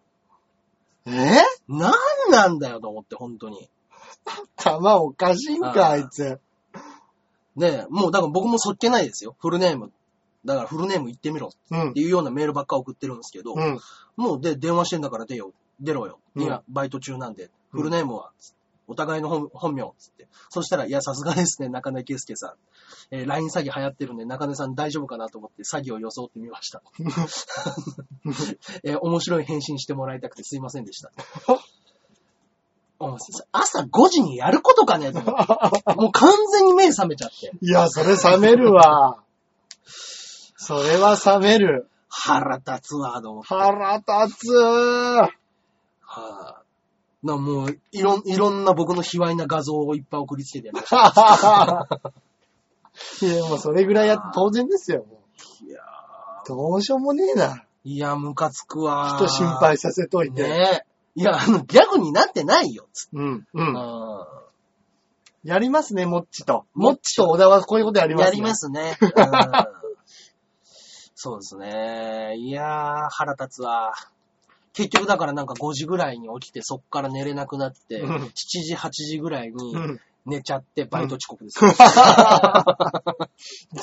ー。え
なんなんだよ、と思って、本当に。
頭おかしいんか、
あー
あいつ。
で、もう、だから僕もそっけないですよ。フルネーム。だからフルネーム言ってみろっ
うん
て。いうようなメールばっか送ってるんですけど、
うん。
もうで、電話してんだから出よ、出ろよ。
うん
いや、バイト中なんで、
うん
フルネームは、つってお互いの本本名、つって。そしたら、いや、さすがですね、中根圭介さん。えー LINE 詐欺流行ってるんで、中根さん大丈夫かなと思って詐欺を装ってみま した。えー面白い返信してもらいたくてすいませんでした。お前朝5時にやることかねと思ってもう完全に目覚めちゃって。
いや、それ冷めるわ。それは冷める。
腹立つわ、と思って。
腹立 つー。
はあ、なもう、いろん、いろんな僕の卑猥な画像をいっぱい送りつけてやりました。
いや、もうそれぐらいやって当然ですよ。も
いや
うどうしようもねえな。
いや、ムカつくわ。
人心配させといて。
ねえ。いや、あの、ギャグになってないよ、つって。
うん。う。
うんん。
やりますね、もっちと。
も
も
っ
っ
ち
ちと小田はこういうことやりますね。。
やりますすね。うん そうですね。いやー、腹立つわ。結局だからなんか5時ぐらいに起きて、そっから寝れなくなって、
うん
7時、8時ぐらいに
うん。
寝ちゃって、バイト遅刻ですよ。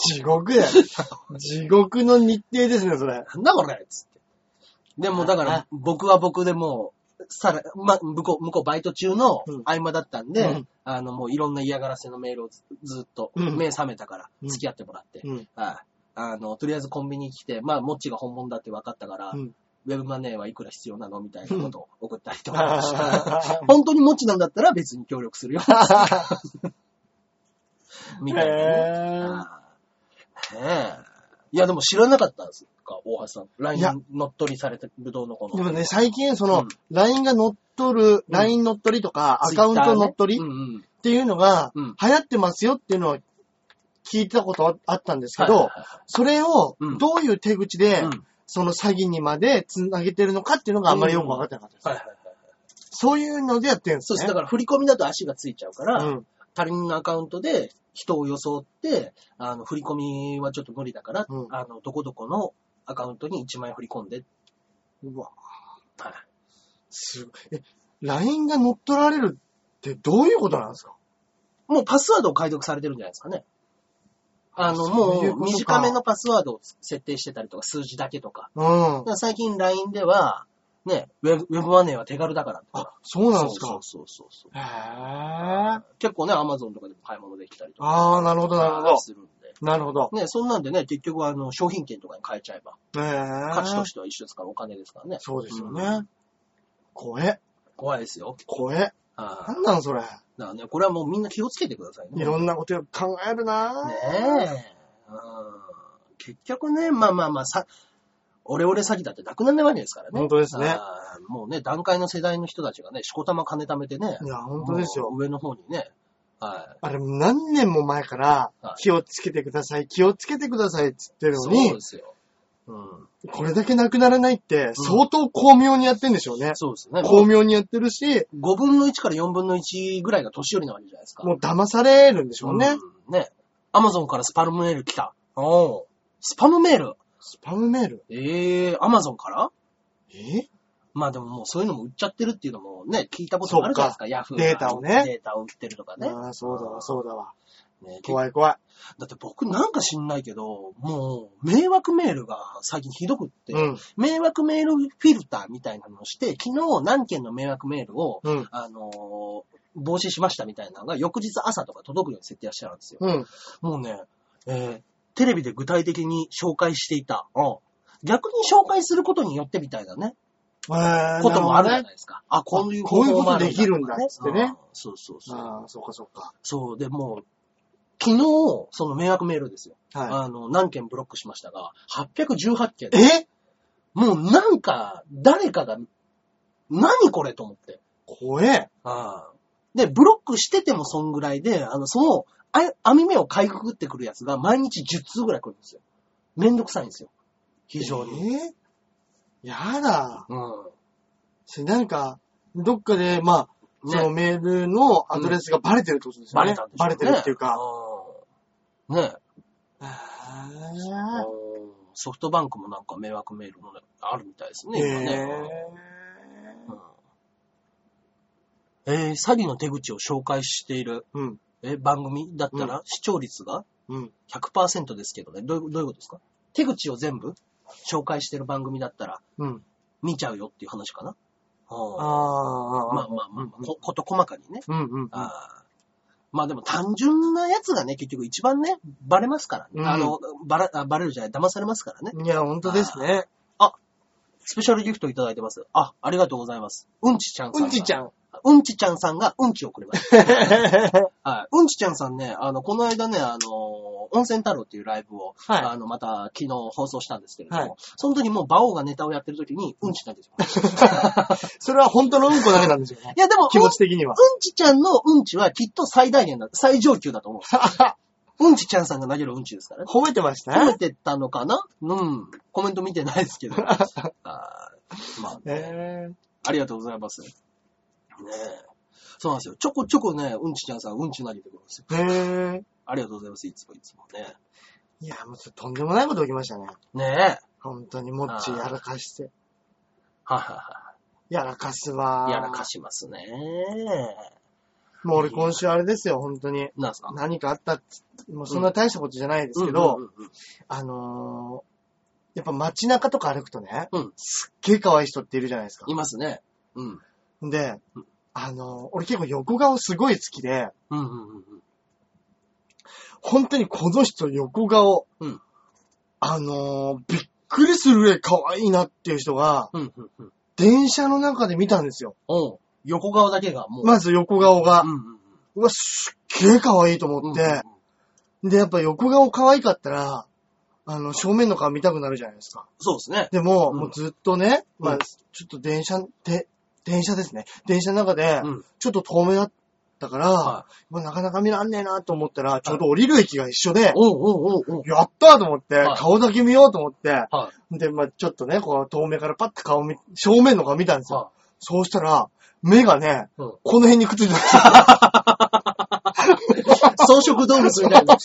地獄だよ。地獄の日程ですね、それ。
なんだこれつって。でもだから、僕は僕でもう、さら、ま、向こう、向こうバイト中の
うん
合間だったんで、
うん
あの、もういろんな嫌がらせのメールをずずっと、
うん
目覚めたから、
うん
付き 合ってもらって、
うん。
はい。あの、とりあえずコンビニ来て、まあ、もっちが本物だって分かったから、
うん
ウェブマネーはいくら必要なのみたいなことを送ったり とかして。本当に持ちなんだったら別に協力 するよ。みたいなね。あーねえ。いや、でも知らなかったんですか大橋さん。LINE
いや
乗っ取りされてるどうのこ
で
の。
もね、最近、そうの
ん、
LINE が乗っ取る、LINE 乗っ取りとか、アカウント乗っ取り
う
っ
んうん。
ていうのが、
うん
流行ってますよっていうのを聞いたことあったんですけ
はいはい
ど
はい、
それを
うん、
どういう手口で
うん、
その詐欺にまで繋げてるのかっていうのがあんまりよくわかってなかったです。
はいはいはい。
そういうのでやってるんで
そ
す
う
ね。
です。だから振り込みだと足がついちゃうから、
うん。
他人のアカウントで人を装って、あの、振り込みはちょっと無理だから、
うん
あの、どこどこのアカウントに1万円振り込んで。
うわ、
はい。
すごい。え、LINE が乗っ取られるってどういうことなんですか
もうパスワードを解読されてるんじゃないですかね。あの、
そういうことか
もう短めのパスワードを設定してたりとか、数字だけとか。
うん
だか。ら最近 LINE では、ね、ウェブウェブマネーは手軽だからとか。
あ、そうなんですか。
そうそうそうそう。
へー。
結構ね、アマゾンとかでも買い物できたりとか
あー、なるほど、なるほど。
するんで。
なるほど。
ね、そんなんでね、結局あの、商品券とかに変えちゃえば、
えー
価値としては一緒ですから、お金ですからね。
そうですよ
うん
ね。怖え、
怖いですよ。
怖え。な
あ
んなんそれ。
だからね、これはもうみんな気をつけてくださいね。
いろんなことよく考えるな
ねえ。うん結局ね、まあまあまあ、さ、オレオレ詐欺だってなくならないわけですからね。
本当ですね
あーもうね、段階の世代の人たちがね、しこたま金貯めてね。
いや、本当です
も
よ。
う上の方にね。はい。
あれ、何年も前から
は、い
気をつけてください、気をつけてくださいって言ってる
そ
の
うで
に、
すよ。うん。
これだけなくならないって、相当巧妙にやってんでしょうね。
そうですね。
巧妙にやってるし、
5分の1から4分の1ぐらいが年寄りなわけじゃないですか。
もう騙されるんでしょうね。
うんね。アマゾンからスパムメール来た。おースパムメール
スパムメール。
ええー、アマゾンから
え
まあでももうそういうのも売っちゃってるっていうのもね、聞いたことあるじゃないですか、ヤフーが
データをね
データを売ってるとかね。
ああ、そうだわ、そうだわ。
ね結構
怖い怖い。
だって僕なんか知んないけど、もう迷惑メールが最近ひどくって、
うん。
迷惑メールフィルターみたいなのをして、昨日何件の迷惑メールを、
うん。
あのー防止しましたみたいなのが翌日朝とか届くように設定はしてあるんですよ。
うん。
もうね、えーテレビで具体的に紹介していた。うん逆に紹介することによってみたいなね。
えー
こともあるじ
な
ゃ
ほ
ないですか。あ、こういう
こういうこと
もある
できるんだ
とか
つってね
うんそうそう
どね
そう。
ああ、そうかそうか。
そう、でもう、昨日、その迷惑メールですよ。
は
あの、何件ブロックしましたが、818件。
い。え
もうなんか、誰かが、何これと思って。
怖え。
ああで、ブロックしててもそんぐらいで、あの、その、あ網目をかいくぐってくるやつが毎日10通ぐらい来るんですよ。めんどくさいんですよ。非常に。
えーやだ。
うん。
しなんか、どっかで、まあ、
ね
そのメールのアドレスがバレてるってことですよ
バ
ね。
レたんでしょ
バレてるっていうか。。
うんねえ。
あ
あ
ー
のソフトバンクもなんか迷惑メールもねあるみたいですね、今
え
ね。うんえー詐欺の手口を紹介している、
ーうん。
えー番組だったら視聴率が
うん。
100%ですけどね。どういうどういうことですか手口を全部紹介してる番組だったら
うん。
見ちゃうよっていう話かな。うん
ああ。
まあまあまあ、ここと細かにね。
うんうん。
あーまあでも単純なやつがね、結局一番ね、バレますからね。
うん
あの、バラあバレるじゃない、騙されますからね。
いや、本当ですね。
スペシャルギフトいただいてます。あ、ありがとうございます。うんちちゃんさん
う
が。
んちちゃん。
うんちちゃんさんがうんちをくれました。はい。うんちちゃんさんね、あの、この間ね、あの、温泉太郎っていうライブを、
はい
あの、また昨日放送したんですけれども、
はい
その時もう馬王がネタをやってる時にうんちなんですよ。
それは本当のうんこだけなんですよね。
いや、でも、
気持ち的には。
うんちちゃんのうんちはきっと最大限だ、最上級だと思う。うんちちゃんさんが投げるうんちですからね。
褒めてました
褒めてたのかなうん。コメント見てないです けど。あーまあ、ね、
えー
ありがとうございます。ねえ。そうなんですよ。ちょこちょこね、うんちちゃんさん、うんち投げてくるんですよ。
えー。
ありがとうございます。いつもいつもね。
いや、もうそれとんでもないこと起きましたね。
ねえ。
本当に、もっちやらかして。
はいは
やらかすわ
いは
ー。
い。やらかしますね。
もう俺今週あれですよ、本当に。
なんすか
何かあったっつもうそんな大したことじゃないですけど、
うんうんうん
あのーやっぱ街中とか歩くとね、
うん
すっげえ可愛い人っているじゃないですか
い。ますね。うん。
で、あのー俺結構横顔すごい好きで、
うんうんうんうん。
本当にこの人横顔、
うん
あのーびっくりするぐらい可愛いなっていう人が、
うん、うん、うん。
電車の中で見たんですよ。
おう横顔だけがもう。
まず横顔が
うん、。うん
うわ、すっげえ可愛いと
う
思
ん。
って、で、やっぱ横顔可愛かったら、あの、正面の顔見たくなるじゃないですか。
そうですね。
でも、
うん
もうずっとね、ま
う
あ、
ん
ちょっと電車、で、電車ですね。電車の中で
う、ん。
ちょっと遠目だったから、
は
まあなかなか見らんねえなと思ったら、ちょうど降りる駅が一緒で、
おうおうおうおう。
やったーと思って、
はい
顔だけ見ようと思って、
は
で、まあちょっとね、こう遠目からパッと顔見、正面の顔見たんです
い。
よ。
は
そうしたら、目がね、
い。うん。
この辺にくっついてま した。
草食動物みた いな。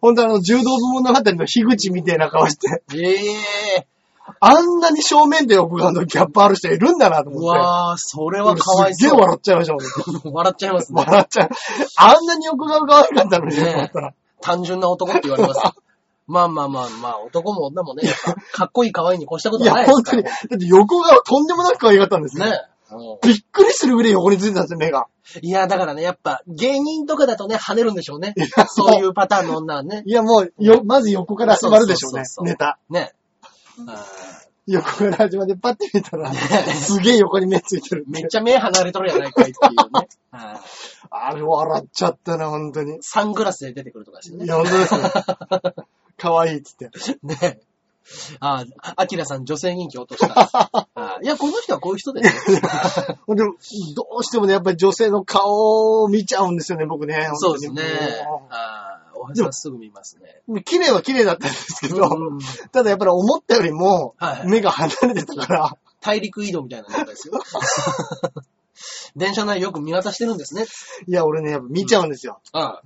ほんとあの、柔道部物語の樋口みたいな顔して、
ええ
あんなに正面と横顔のギャップある人いるんだなと
ー。う
思って。
わー、それはかわい
すっ
そ
げえ。
う
笑っちゃいましたもんね。
笑っちゃいますね。
笑っちゃう。あんなに横顔可愛かったのに、
ねえ
と思 ったら。
単純な男って言われます。まあまあまあまあ、男も女もね、やっぱかっこいい可愛いに越したこ
い
とは
や
な、いで
本当
すか
に。
ら。
だって横顔とんでもなく可愛かったんですよ。
ね。うん
びっくりするぐらい横についてたんですよ、目が。
いや、だからね、やっぱ、芸人とかだとね、跳ねるんでしょうね。そういうパターンの女はね。
いや、もう、よ、まず横から始まるでしょうね
そうそうそうそ、う
ネタ。
ね。
横から始まって、パッて見た ら、すげえ横に目ついてるって
め
い
っ
う。
ちゃ目離れとるやないかいっていうね。はい
あれ笑っちゃったな、本当に。
サングラスで出てくるとかして
い
ね。
や、本当ですね。 可愛いっつって。
ね。ああ、アキラさん女性人気落とした。ああいや、この人はこういう人ですね。
ほんで、どうしてもね、やっぱり女性の顔を見ちゃうんですよね、僕ね。
そうですね
本。
ああ、お箸はすぐ見ますね。
当にもう綺麗は綺麗だったんですけど、
うん
ただやっぱり思ったよりも
は、い
目が離れてたから、
大陸移動みたいな状態ですよ。 電車内よく見渡してるんですね。
いや、俺ね、やっぱ見ちゃうんですよ。
ああ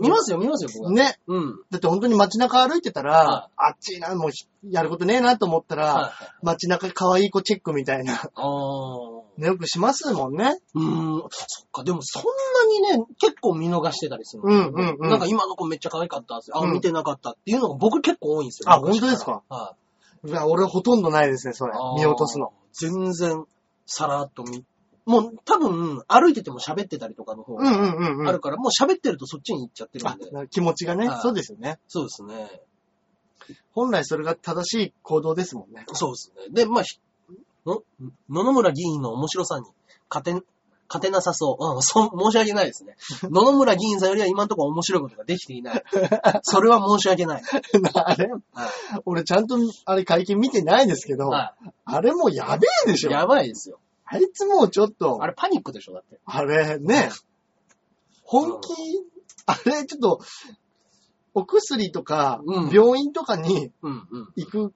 見ますよ、見ますよ、僕は。
ね。
うん。
だって本当に街中歩いてたら
は、
あっちいな、もうひやることねえなと思った
はい
ら、街中可愛い子チェックみたいな、
ああ。
ねよくしますもんね。
うーん、そっか、でもそんなにね、結構見逃してたりする
うん
で
んうんう
なん
ん
か。今の子めっちゃ可愛かったって、あ、
うん
見てなかったっていうのが僕結構多いんですよ。
あ本当ですか
はい
や俺ほとんどないですね、それ
い。。
見落とすの。。
全然、さらっと見、もう多分、歩いてても喋ってたりとかの
う
方
ん
が
うんうんうん。
あるから、もう喋ってるとそっちに行っちゃってる
あ
んで。
気持ちがね
は、い
そうですよね。
そうですね。
本来それが正しい行動ですもん ね。
そうですね。で、まあ、ひの野々村議員の面白さに勝てん、勝てなさそう。うん、そう、申し訳ないです ね。野々村議員さんよりは今のところ面白いことができていない。 それは申し訳ない。
あれ
はい
俺ちゃんと、あれ会見見てないですけど、
は
あれもうやべえでし
い。
ょ。
やばいですよ。
あいつもうちょっと、
あれパニックでしょ、だって。
あれね、本気、あれちょっと、お薬とか
う、ん
病院とかに
うんうん。
行く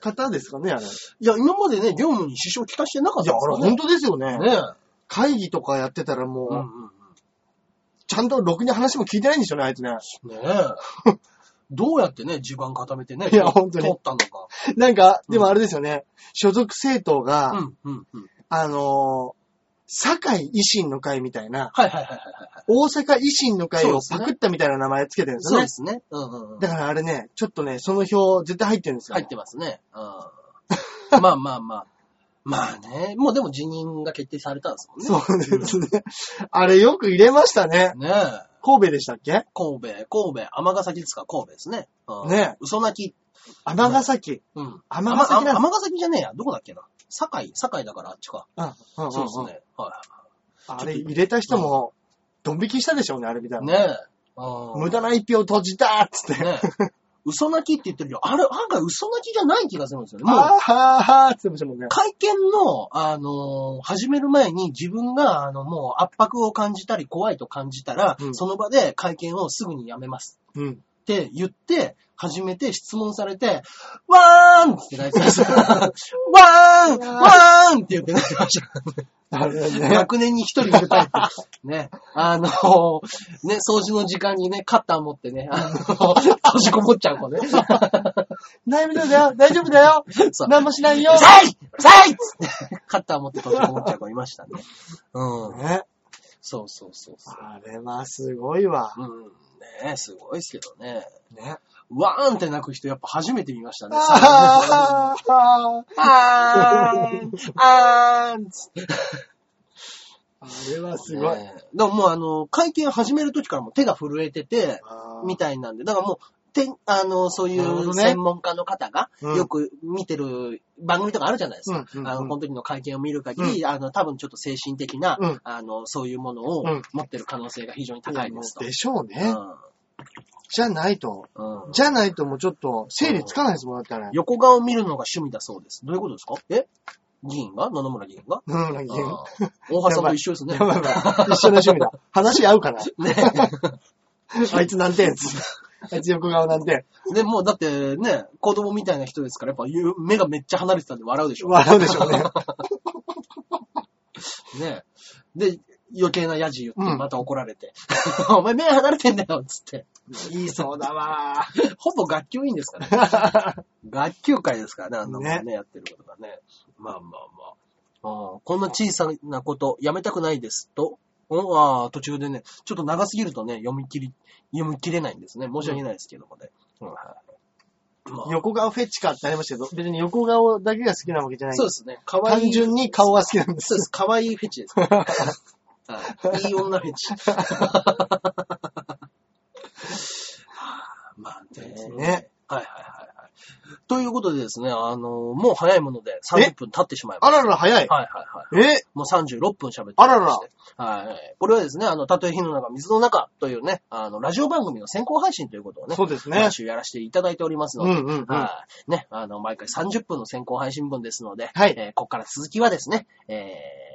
方ですかね、あれ。い
いや、今までね、業務に支障きたしてなかった
や、あれ本
で
当ですよね
す。からね。ね
会議とかやってたらもう、
うんうん
ちゃんとろくに話も聞いてないんでしょうね、あいつね。
うん。ね えどうやってね、地盤固めてね、
いや本当に
通ったのか。
なんか、でもあれですよね、所属政党が、
うんうんうん。
あのー、堺維新の会みたいな、
はいはいはいはいはい。
大阪維新の会
そう
を
です
パ
ね
クったみたいな名前つけてるんです
そう
よね
で。すね。うんうんうん。
だからあれね、ちょっとね、その票絶対入ってるんですよ。
入ってますね。 うんまあまあまあ。まあね。もうでも辞任が決定されたんですもんね。
そうですね。あれよく入れましたね。
ねえ。
神戸でしたっけ
神戸、神戸、尼崎ですか神戸ですね。うん
ねえ
嘘泣き。
尼崎。
うん。
尼崎なん
尼崎じゃねえや。どこだっけな。堺、堺だからあっちか。
うんうんうん
そうです
うん
ね。は
あれ入れた人も、ドン引きしたでしょうね、あれみたい
い。
な。
ねえ。うん
無駄な一票閉じたっつって。
ねえ。嘘泣きって言ってるけど、あれ、案外嘘泣きじゃない気がするんですよね。
あー
もう、
はーはーっつってましたもんね。
会見の、あのー始める前に自分が、あの、もう圧迫を感じたり怖いと感じたら、
うん
その場で会見をすぐにやめます
うん。
って言って、始めて質問されて、わーんって泣いて ました。わーんわーんって言って泣いてました。
あれね。
学年に一人いるタイプ。ね。あのーね、掃除の時間にね、カッター持ってね、あのー閉じこもっちゃう子ね。
大丈夫だよ、大丈夫だよ。
そう
何もしないうよ
る。さいうるさいっつってカッター持って閉じこもっちゃう子いましたね。うん。
ね。
そうそうそうそ
あれはすごいわ。
う。うん。ねすごいですけどね。
ね。
わーんって泣く人やっぱ初めて見ましたね。
あーはーはー
あーんあーんつって
あれはすごい。
ねでももうあの、会見始める時からもう手が震えてて、
あー
みたいなんで、だからもう、てん、あの、そうい
なるほど
う
ね
専門家の方が、
うん
よく見てる番組とかあるじゃないですか。
うんうんうん
あの、この時の会見を見る限り、あの、多分ちょっと精神的な、
うん
あの、そういうものを
うん
持ってる可能性が非常に高いですと。
でしょうね。
う
じゃないと。
んうん
じゃないともうちょっと整理つかないですもん、だってあれ。
横顔見るのが趣味だそうです。どういうことですかえ議員が野々村議員が
うん、 なんか言う
あー大橋さんと一緒ですね
や。ばいやばい。一緒の趣味だ。話合うかな。
ね
あいつなんて、つって あいつ横顔なんて。
で、もうだってね、子供みたいな人ですから、やっぱ言う目がめっちゃ離れてたんで笑うでしょ。
笑うでしょうね。
ね。で、余計なヤジ言って、
うん
また怒られて。 お前目離れてんだよっつって。
言 いそうだわ
ほぼ学級委員ですからね。 学級会ですからね、あんなもんね、やってることがね。まあまあまあ。あーこんな小さなこと、やめたくないですと。うんあー途中でね、ちょっと長すぎるとね、読み切り、読み切れないんですね。申し訳ないですけどもね。うんはいまあ
横顔フェチかってありましたけど、別に横顔だけが好きなわけじゃない。
そうですね。可愛い
単純に顔が好きなんで。
そうですす。可愛いフェチですね。はいいい女フェチ。まあね。
す
はいはい
ね
はいはい。ということでですね、あの、もう早いもので30分経ってしまいま
あ
し
らら、早い
た。。はいはいはい。
え
もう36分喋って
あらら
ましてはい。これはですね、あの、たとえ火の中、水の中というね、あの、ラジオ番組の先行配信ということをね、
そうですね
毎。週やらせていただいておりますの
う
で、
んうんうん。
はい。ね、あの、毎回30分の先行配信分ですので、
はい
えーここから続きはですね、えー、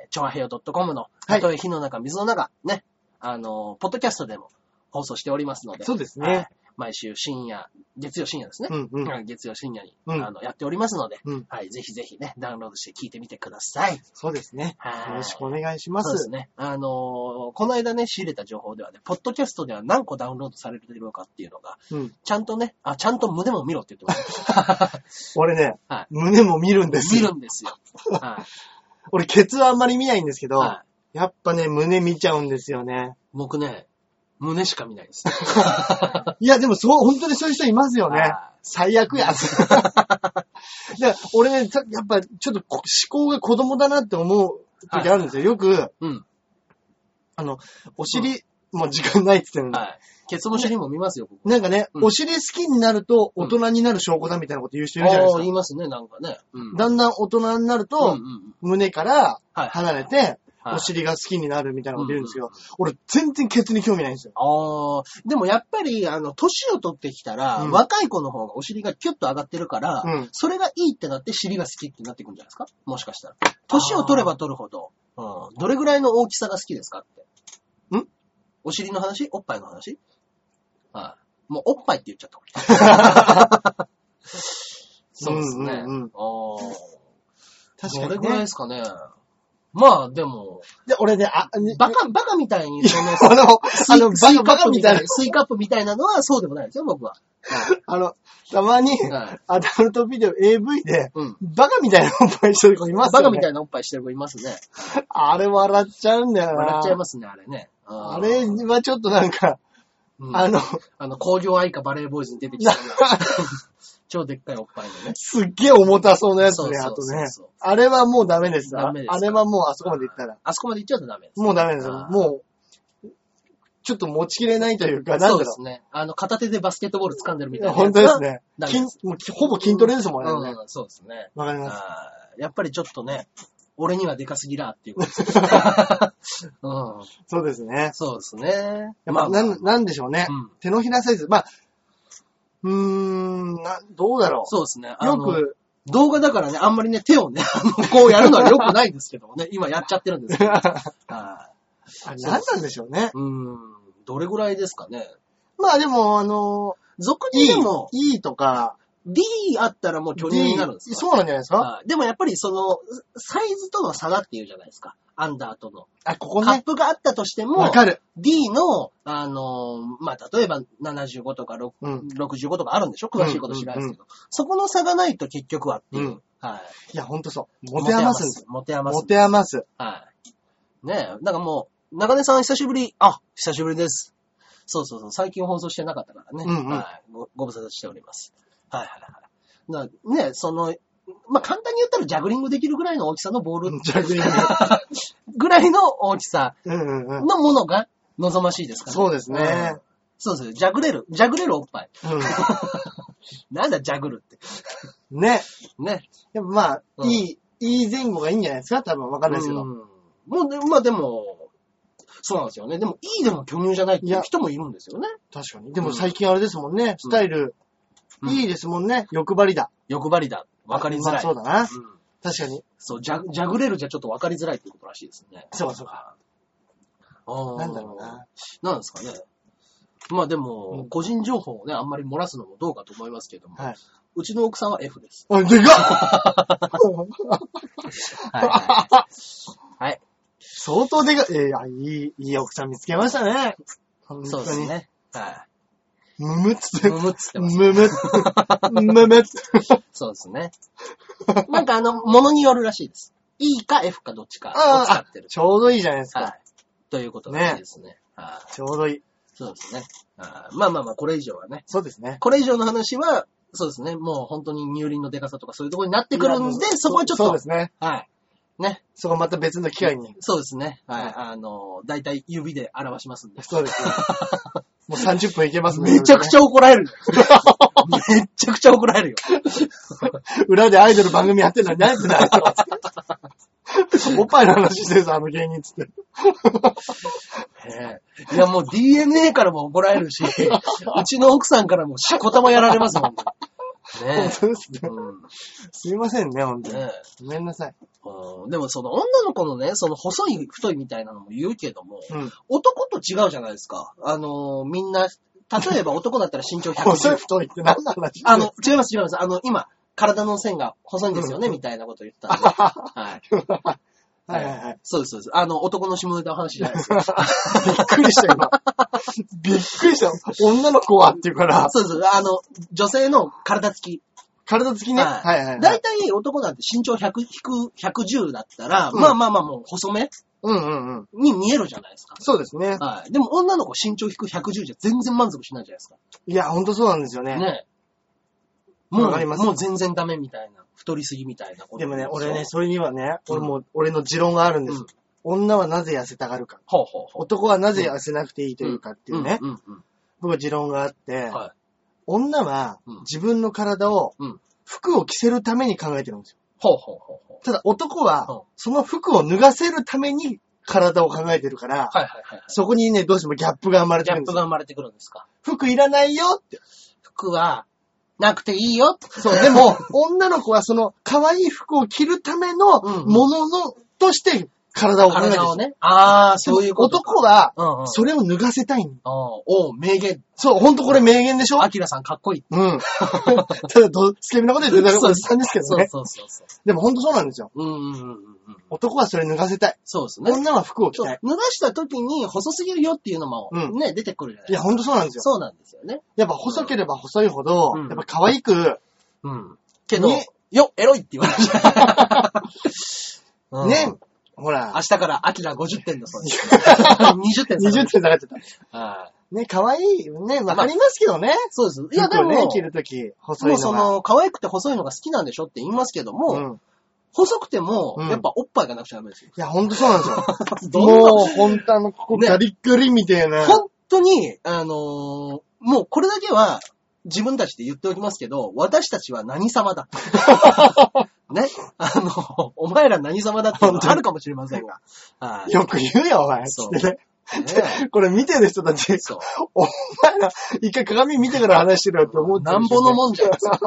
超平洋 .com の、
は
た
い
とえ火の中、水の中、ね、あの、ポッドキャストでも放送しておりますので、
そうです
はい
ね。
毎週深夜、月曜深夜ですね
う。んうん。
はい月曜深夜に、
うん
あのやっておりますので、
うん
はい、ぜひぜひね、ダウンロードして聞いてみてください。
そうですね。
はい
よろしくお願いしま
そうです
す。
ね。あのーこの間ね、仕入れた情報ではね、ポッドキャストでは何個ダウンロードされているのかっていうのが、
うん。
ちゃんとね、あ、ちゃんと胸も見ろって言ってます。
俺ね
はい、
胸も見るん です
見
よ。
るんで すよ。はい。
俺、ケツはあんまり見ないんですけど、
はい
やっぱね、胸見ちゃうんですよね。
僕ね、胸しか見ないです。
いや、でもそう、本当にそういう人いますよ
は
ね
い。
最悪や。 で、俺ね、たやっぱ、ちょっとこ思考が子供だなって思う時あるんですよ。よく、
うん。
あの、お尻、もう時間ないって言ってるのに
はい。ケツも尻も見ますよ、僕。
なんかね、
うん
お尻好きになると大人になる証拠だみたいなこと言う人いるじゃないです
あー
か。
言いますね、なんかね。うん。
だんだん大人になる
うん
と、
うんうん。
胸から
はい。
離れて、
はい
お尻が好きになるみたいなこと言うんですけど、
うん
俺全然ケツに興味ないんですよ。
ああ、でもやっぱり、あの、年を取ってきたら、
うん
若い子の方がお尻がキュッと上がってるから、
うん
それがいいってなって尻が好きってなってくるんじゃないですかもしかしたら。年を取れば取るほど、うん、どれぐらいの大きさが好きですかって。
ん
お尻の話おっぱいの話はい。もうおっぱいって言っちゃった。 そうですね。
うんうんうん
ああ。
確
ど
か
れ
に
ぐらい
ね
で。すかね。まあ、でも、
で、俺ね、あ、ね
バカ、バカみたいに、その、
あの、あの、
スイ
バカバカみたいな、
スイカップみたいなのはそうでもないですよ、僕は。
あの、たまに、
はい
アダルトビデオ AV で、
うん。
バカみたいなおっぱいしてる子います
バ
よね。
カみた
い
いなおっぱいしてる子いますね。
あれ笑っちゃうんだよな。
笑っちゃいますね、あれね。
あ
あー
れはちょっとなんか、
うん
あの、
あの、工業愛かバレーボーイズに出て きたような超でっかいおっぱいのね。
すっげえ重たそうなやつね、
そ
あ
う
と
そうそう
ね
そう。
あれはもうダメです。
ダメですか
あれはもうあそこまで行ったら。
あそこまで行っちゃうとダメです。
もうダメです。
あー
もう、ちょっと持ちきれないというか、なん
そう
だ
で
ろ
すね。あの、片手でバスケットボール掴んでるみ
う。
たいなやつは。
本当ですね。
ダメで
筋
す
もうほぼ筋トレですもんね。
う
あ
ん
れね
うん、そうですね。
わかります。
あーやっぱりちょっとね、俺にはでかすぎらってい うことですね。うん、
そうですね。
そうですね。
やっぱ、なん、なんでしょうね
うん。
手のひらサイズ。まあ、うーん、な、どうだろ
そうですね。
う。
あ
よ
の
く、
動画だからね、あんまりね、手をね、 あのこうやるのは良くないんですけどもね、今やっちゃってるん ですけ ど。はい
あ何なんでしょうね。
うーん、どれぐらいですかね。
まあでも、あの、
俗
い
に
い
でも、、
いいとか、
D あったらもう巨人になるんですか
D そうなんじゃないですか
はいでもやっぱりその、サイズとの差だっていうじゃないですか。アンダーとの。
あ、ここ
カッ
ね。
プがあったとして
わ
も、
かる。
D の、あのー、まあ、例えば75とか6
うん。
65とかあるんでしょ詳しいこと知らないですけど、そこの差がないと結局はっていう。
うん
はい。
いや、ほんとそう。持て余すんです。
持て余す。
持て余す。
はい。ねえ、なんかもう、中根さん久しぶり、あ、久しぶりです。そうそうそう、最近放送してなかったからね。
うんうん
はいご。ご無沙汰しております。はいはいはい。なねえ、その、まあ、簡単に言ったらジャグリングできるぐらいの大きさのボール
ジャグリング。
ぐらいの大きさ
うんうんうん。
のものが望ましいですから、
そうですね
んそうです。ジャグれる。ジャグれるおっぱい。なんだ、ジャグるって。
うん。ね。
ね。
でもまあ、
うん
いい、いい前後がいいんじゃないですか多分わかんないですけ
う
ど。
んもうね、まあでも、そうなんですよね。でも、いいでも巨乳じゃないっていう人もいるんですよね。
確かに。でも最近あれですもんね。スタイル、
うん
いいですもんね。欲張りだ。
欲張りだ。わかりづ
ま
ら
あ
い。
そうだな。
うん
確かに。
そう、ジャジャグれるじゃちょっとわかりづらいっていうことらしいですね。
そうかそうか。
ああ。
なんだろうな。。
なんですかね。まあでも、
うん
個人情報をね、あんまり漏らすのもどうかと思いますけども、
はいう
ちの奥さんは F です。
あ、でかっ
はい。はい。
相当でかい。えーあいい、いい奥さん見つけましたね。本
そうで
当
す
に。
ね。は
むむっつっ
い。
て。
むむっつってます。
むむっつ。 むむっつ。
そうですね。なんかあの、ものによるらしいです。E か F かどっちかを使ってる。
ちょうどいいじゃないです
は
か。
い。ということらしいですね。はい。
ちょうどいい。
そうですね。あーまあまあまあ、これ以上はね。
そうですね。
これ以上の話は、そうですね。もう本当に乳輪のデカさとかそういうところになってくる
い
ん
や
で、そこはちょっと。
そうですね。
はい。ね。
そこまた別の機会に。
そうですね。は。
はい
あの、だいたい指で表しますんで。
そうですね。もう30分いけますね。
めちゃくちゃ怒られる。 めちゃくちゃ怒られるよ。
ゃ。裏でアイドル番組やってんのに何やってん だよおっぱいの話してるぞ、あの芸人っつって。
ねえいや、もう DNA からも怒られる し、うちの奥さんからもしこたまやられますもん ね。ね
本当です
え。
ね。
うん
すいませんね、本当に。
ねえ
ごめんなさい。
うんでもその女の子のね、その細い太いみたいなのも言うけども、
うん。
男と違うじゃないですか。あのー、みんな、例えば男だったら 身長
細い
110。
太いって何の話
あ、の、違います違います。あの、今、体の線が細いんですよね、みたいなこと言っ てたんで。はい。
はいはいはい。
そうです、そうです。あの、男の下ネタの話じゃないです よ。
びっくり した、今。びっくりした。女の子はっていうから、
そうです。あの、女性の体つき。
体つきね。
はい
はいはいは
大
い。
体男なんて身長100、引く110だったら、
うん
まあまあまあもう細め
うんうんうん。
に見えるじゃないですか。
そうですね。
はい。でも女の子身長引く110じゃ全然満足しないじゃないですか。
いや、ほんとそうなんですよね。
ねえ。もう、
わかります
もう全然ダメみたいな。太りすぎみたいなこと
でもね、
しょ
俺ね、、それにはね、
うん
俺も、俺の持論があるんです。
うん
女はなぜ痩せたがるか。
ほうほうほう。
男はなぜ痩せなくていいというかっていうね、
うんうんうん
僕は持論があって、
うん。はい。
女は
うん
自分の体を
うん、
服を着せるために考えてるんですよ。
ほうほうほうほう。
ただ男
うん
は、その服を脱がせるために体を考えてるから、
はいはいはいはい。
そこにね、どうしてもギャップが生まれ
ギ
て
ャ
るんで
ップ
すよ。
が生まれてくるんですか。
服いらないよっ て。
服は、なくていいよ。
そう、でも、女の子はその可愛い服を着るための
うん
ものの、として体を考えてるんです
体
よ
を。ね。ああ、そういうことか。
男は、
うんうん。
それを脱がせたいん
あーおう、名言。
そう、ほんとこれ名言でしょ
アキラさんかっこいい。
うん。 ただ、ど、スケベなこと言ってたらおじさんですけど
そう
ね。
そうそうそ
でもほんとそうなんですよ。
う。うんうんうんうんうん。
男はそれ脱がせたい。
そうですね。
女は服を着
そう
たい
脱。がした時に細すぎるよっていうのも
うん
ね、出てくるじゃ
い
ないで
や、
すか。
ほんとそうなんですよ。
そうなんですよね。
やっぱ細ければ細いほど、
うん
やっぱ可愛く、
うん。けど
ね、
よ、エロいって言われました。 うん
ね、ほら
明、日からアキラ50点だそう です。20点
20点下がっちゃった。
はい
ね、可愛い。ね、わかりますけどね。
そうです。いや、で
服を
も、
ね、着るとき、細い
もう
の
そ
が。
の、可愛くて細いのが好きなんでしょって言いますけども、
うん。い
細くても、
うん
やっぱおっぱいがなくちゃダメですよ。
や、ほんとそうなんですよ。
どんな
もう、ほんとあの、ここ
ね
ガリッガリみたいな。
本当に、あのーもうこれだけは自分たちで言っておきますけど、私たちは何様だ。 ね。あの、お前ら何様だっていうのはあるかもしれませんが。 はい。
よく言うよ、お前。つ
そ
っ
う
てね。
ね
これ見てる人たち、
そう。
お前ら、 一回鏡見てから話してるよって思って
な
る
ん
でしょ
ぼ
うね
のもんじゃないですか。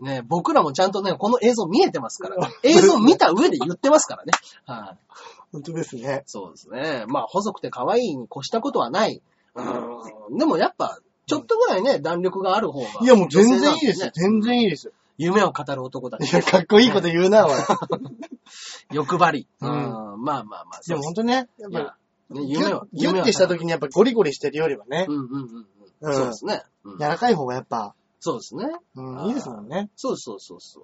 ね僕らもちゃんとね、この映像見えてますから、ね、映像見た上で言ってますからね。はい、
本当ですね。
そうですね。まあ、細くて可愛いに越したことはない。うん、でもやっぱ、ちょっとぐらいね、弾力がある方が、
いや、もう全然いいですよ。
女性なんね
全然いいですよ。
夢を語る男だ
いや、かっこいいこと言う な、俺。
欲張り。う
うんん。
まあまあまあ。
でも本当ね、やっ
いや
ぱ、
ね、
ギュ
夢は
ッ、ギュッてした
夢は
時にやっぱゴリゴリしてるよりはね、
うんうんうんう。
うんん
そうですね。うん
柔らかい方がやっぱ、
そうですね。
うん、いいですもんね。
そうそうそうそう。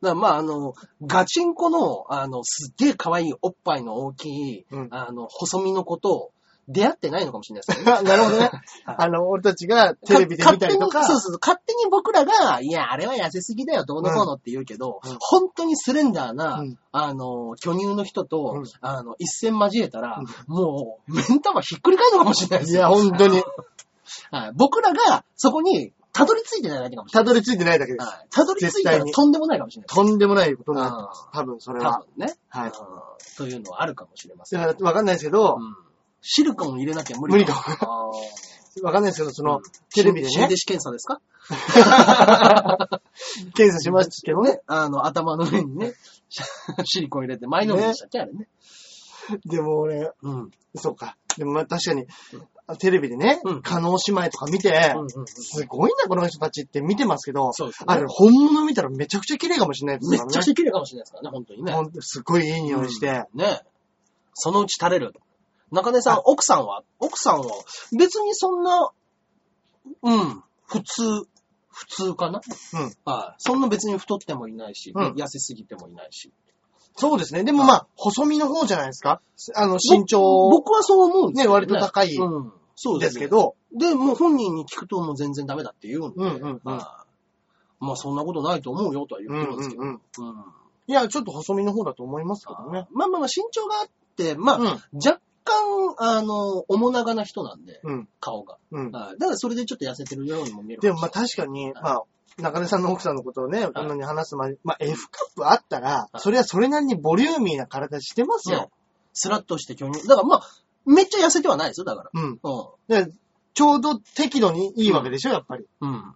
だからまあ、あの、ガチンコの、あの、すっげえ可愛いおっぱいの大きい、
うん
あの、細身の子と出会ってないのかもしれない ですね。
なるほ どね。あの、俺たちがテレビで見たりとか
勝手に、そうそうそう、勝手に僕らが、いや、あれは痩せすぎだよ、どうのこうのって言うけど、
うん
本当にスレンダーな、
うん
あの、巨乳の人と、
うん
あの、一戦交えたら、もう、目ん玉ひっくり返るのかもしれないで
い
すよ。
や、本当に。
はい僕らがそこにたどり着いてないだけかもしれ
たどり着いてないだけで
ない。
す。
はいたどり着いた
絶対
ら
に
とんでもないかもしれない。
とんでもないこと
う
に
ん
なってます。多分、それ
多
は。
分ね。
はい。
うんというのはあるかもしれませ
だ
ん。
から、わかんないですけど、
うんシリコン入れなきゃ無理
無理
か。あー
わかんないですけど、その、
うん
テレビで
心
ね、
電子検査ですか
検査しましたけどね。
ね、あの、頭の上に ね、シリコン入れて、前のめりでしたっけ、あれね。
でも俺、
うん。うん
そうか。でもまあ確かに、テレビでね
うん、
加納姉妹とか見て、
うんうん
すごいな、この人たちって見てますけど、
そうですね
あれ、本物見たらめちゃくちゃ綺麗かもしれないです
め
から
っ
ね。
ちゃ綺麗かもしれないですからね、本当にね。
ほんとすごいいい匂いして、
うんねそのうち垂れる。中根さん、奥さんは、奥さんは、別にそんな、うん、普通、普通かな
うん。
はい。そんな別に太ってもいないし、
うん
痩せすぎてもいないし。
そうですね。でもまあ、細身の方じゃないですかあの、身
ぼ
長
僕はそう思うんですよ
ね割と高い
うん。そう
ですけ
ね。
ど、
で、もう本人に聞くともう全然ダメだって言うんで。
うんうんうん
はいまあそんなことないと思うよとは言
う
っ
ん
てるん
う
です
ん
けど。
うん。
うん
いや、ちょっと細身の方だと思いますけどね。
まあまあまあ身長があって、まあ、
うん
若干、あの、面長な人なんで、
うん。
顔が。
うん。
はいだからそれでちょっと痩せてるようにも見える。
でもまあ確かに、まあ、中根さんの奥さんのことをね、こんなに話す前に、まあ F カップあったら、
い
それはそれなりにボリューミーな体してます
ね
よ。、
スラッとして巨乳。だからまあ、めっちゃ痩せてはないですよ、だから。
うん。
う
でちょうど適度にいいわけでしょ、やっぱり。
ん。うん。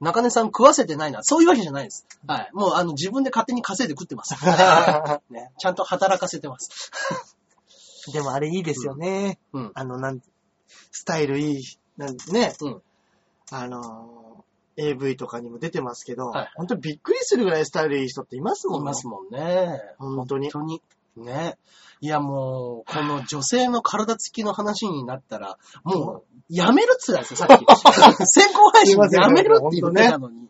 中根さん食わせてないな。そういうわけじゃないです。はい。もう、あの、自分で勝手に稼いで食っ てます。ね、ちゃんと働かせてます。
でもあれいいですよね。
うん。
あの、なん、スタイルいい、なんね、
うん。
あのー AV とかにも出てますけど、
はい
本当にびっくりするぐらいスタイルいい人っていますもんね。
いますもんね。
本当に。
本当に。ね。いや、もう、この女性の体つきの話になったら、もう、やめるっつらいですよ、さ っき。先行配信やめるって言ってたのに。